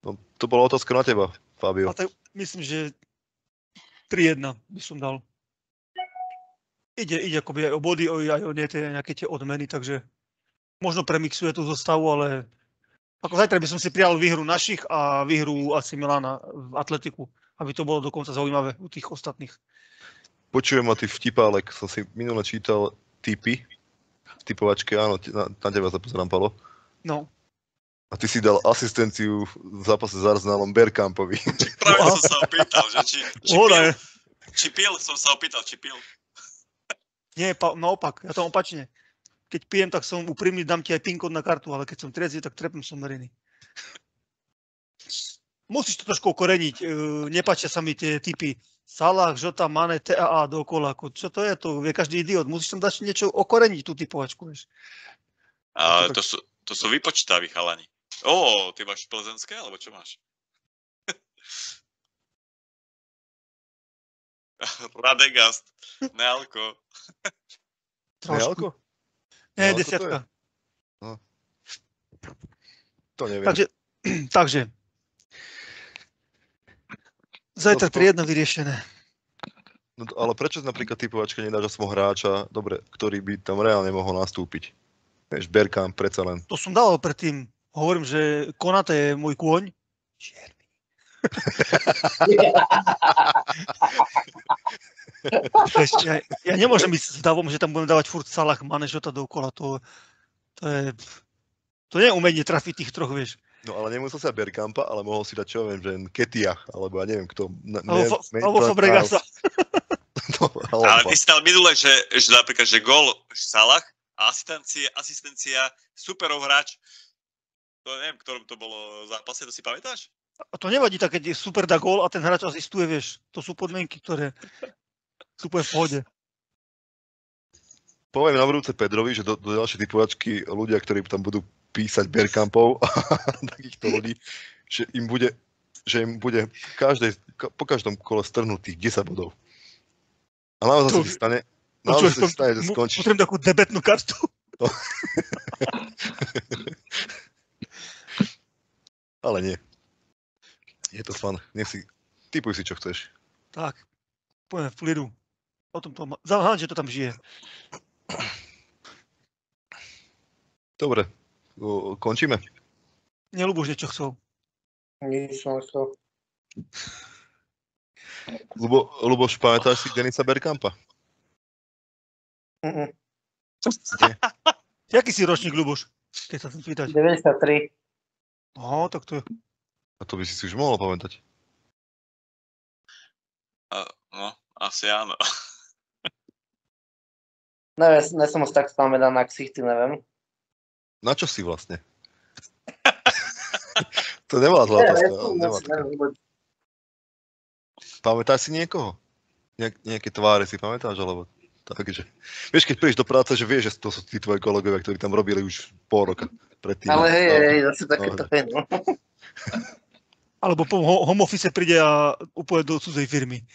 No, to bola otázka na teba, A Fabio. tak myslím, že 3-1 by som dal. Ide, ide akoby aj o body, o- aj o nie, tie, nejaké tie odmeny, takže možno premixuje tú zostavu, ale ako zajtra by som si prijal výhru našich a výhru AC Milana v Atletiku, aby to bolo dokonca zaujímavé u tých ostatných. Počujem ma ty vtipálek, som si minule čítal tipy v typovačke, áno, te- na, na teba sa pozerám, Palo. No, A ty si dal asistenciu v zápase s Arsenalom Bergkampovi. Práve som sa opýtal, že či, či, pil, hoda, či pil, som sa opýtal, či pil. nie, pa, naopak, ja to opačne. Keď pijem, tak som úprimný, dám ti aj pin kód na kartu, ale keď som trezvý, tak trepnem som meriny. Musíš to trošku okoreniť, e, nepáčia sa mi tie typy. Salah, Žota, Mane, TAA dokola. Ako, čo to je? To vie každý idiot. Musíš tam dať niečo okoreniť, tú typovačku. Vieš. A tak- to sú, to sú vypočítaví chalani. Ó, ty máš plzenské, alebo čo máš? Radegast, Nealko. Trošku. Nealko? Nie, No, ako to desiatka. To neviem. Takže, takže. Zajtra Toto- pri jedno vyriešené. No, to- ale prečo napríklad typovačka nedá, že som hráča, dobre, ktorý by tam reálne mohol nastúpiť? Vieš, Bergkamp predsa len. To som dal predtým. Hovorím, že Konate je môj kôň. Čierny. Vieš, ja, ja nemôžem ísť s davom, že tam budem dávať furt Salah, Mane, Žota dookola. To, to je... To nie je umenie trafiť tých troch, vieš. No ale nemusel sa Bergkampa, ale mohol si dať, čo ja viem, že Ketiach, alebo ja neviem kto. Na, Alebo, fa, alebo Fabregasa. No, Ale alebo. ty si dal minule, že, že napríklad, že gol Salah a asistencia, asistencia superov hráč. To neviem, v ktorom to bolo zápase, to si pamätáš? A to nevadí, tak keď je super dá gól a ten hráč asistuje, vieš. To sú podmienky, ktoré sú úplne v pohode. Poviem na budúce Pedrovi, že do, do ďalšej typovačky ľudia, ktorí tam budú písať Bergkampov a takýchto ľudí, že im bude, že im bude každej, ka- po každom kole strhnutých 10 bodov. A naozaj sa To- ti stane, Počúvaš, naozaj sa ti stane, že mu- skončíš Potrebujem takú debetnú kartu. Ale nie. Je to fan. Nech si... Typuj si, čo chceš. Tak, poďme v klidu. O tom to ma... Zaujímavé, že to tam žije. Dobre. O, končíme. Nelúbo, že čo chcú. Nič som chcel. Lubo, Luboš, pamätáš si Denisa Bergkampa? Mm, mm. Jaký si ročník, Ľuboš? Keď sa chcem pýtať. 93. No, tak to je. A to by si si už mohol pamätať. A, no, asi áno. Neviem, ne som moc tak spomenal na ksichty, neviem. Na čo si vlastne? to nebola zlá Neviem, otázka. som ale moc nebola taká. neviem, lebo- Pamätáš si niekoho? Nejak, nejaké tváre si pamätáš? Alebo takže. Vieš, keď prídeš do práce, že vieš, že to sú tí tvoji kolegovia, ktorí tam robili už pol roka predtým. Ale hej, No. hej, hej, zase takéto No, hej, no. Alebo po ho- home office príde a úplne do cudzej firmy.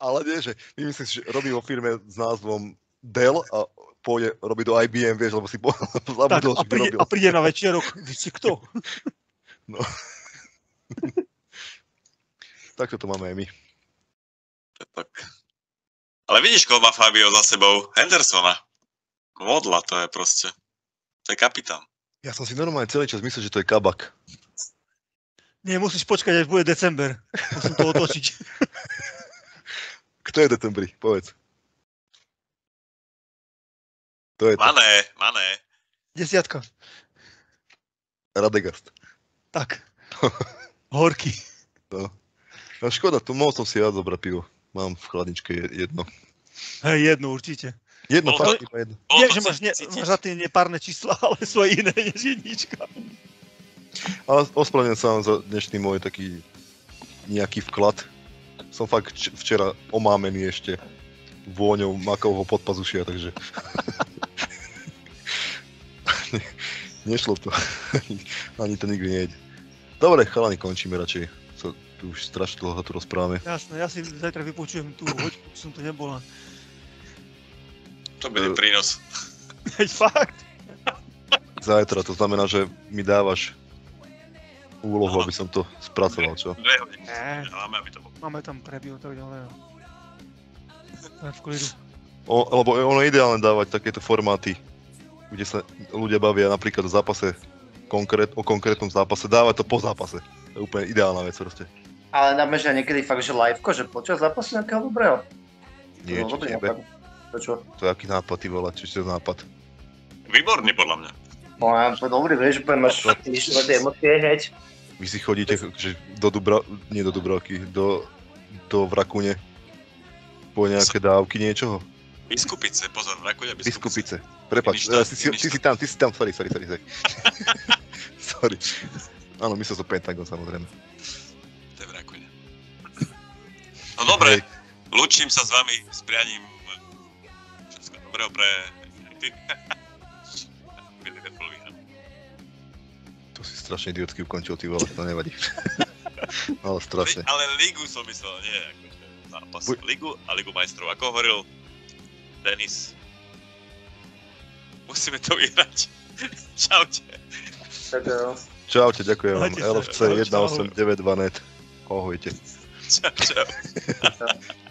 Ale nie, že my myslím, že robí vo firme s názvom Dell a pôjde robiť do IBM, vieš, lebo si po- Tak, zabudol, že a, kde príde, robil. a príde na večerok. Vy si kto? Takto to máme aj my. To Tak. Ale vidíš, koho má Fabio za sebou? Hendersona. Modla to je proste. To je kapitán. Ja som si normálne celý čas myslel, že to je kabak. Nie, musíš počkať, až bude december. Musím to otočiť. Kto je Detembri? Povedz. To je to. Mané, mané. Desiatka. Radegast. Tak. Horky. No škoda, tu mohol som si ja zobrať pivo. Mám v chladničke je- jedno. Hej, jedno určite. Jedno, Bolo fakt, to- iba jedno. Nie, to že máš, ne, cítiť. máš na tie nepárne čísla, ale sú aj iné než jednička. Ale ospravedlňujem sa vám za dnešný môj taký nejaký vklad. Som fakt č- včera omámený ešte vôňou makovho podpazušia, takže... Ne- Nešlo to. Ani to nikdy nejde. Dobre, chalani, končíme radšej. Sa tu už strašne dlho tu rozprávame. Jasné, ja si zajtra vypočujem tú hoďku, som to nebola. To bude Eh. prínos. Veď fakt? Zajtra, to znamená, že mi dávaš úlohu, aby Aha. som to spracoval, čo? Dve hodiny. Ne, Máme, aby to bolo. máme tam prebiu tak ďalej. To je v klidu. O, lebo je ono ideálne dávať takéto formáty, kde sa ľudia bavia napríklad o zápase, konkrét, o konkrétnom zápase, dávať to po zápase. To je úplne ideálna vec proste. Ale dáme, že niekedy fakt, že liveko, že počas zápasu nejakého dobrého. Nie, no, čo dobrý tebe, nápad. To čo? to je aký nápad, ty vole, či to je nápad. Výborný podľa mňa. No ja, to dobrý, vieš, úplne máš vyšľadé emócie heď. Vy si chodíte že do Dubra, nie do Dubravky, do, do Vrakune po nejaké dávky niečoho. Biskupice, pozor, Rakúne Biskupice. Biskupice. Prepač, eh, Finish tam, ty, si- finish ty, si tam, ty si tam, sorry, sorry, sorry. Sorry. sorry. Áno, myslel som Pentagon samozrejme. To je v Rakúne. No dobre, Hej. lúčim sa s vami s prianím všetko dobrého pre United. Aby Liverpool vyhral. To si strašne idiotsky ukončil, ty vole, to nevadí. Ale strašne. Ale ligu som myslel, nie akože zápas. Bu- Ligu a ligu majstrov. Ako hovoril Denis, musíme to vyhrať. Čaute. Tak, no. jo. Čaute, ďakujem vám. Majte sa. LFC 1892net. Ahojte. Čau, čau. Čau.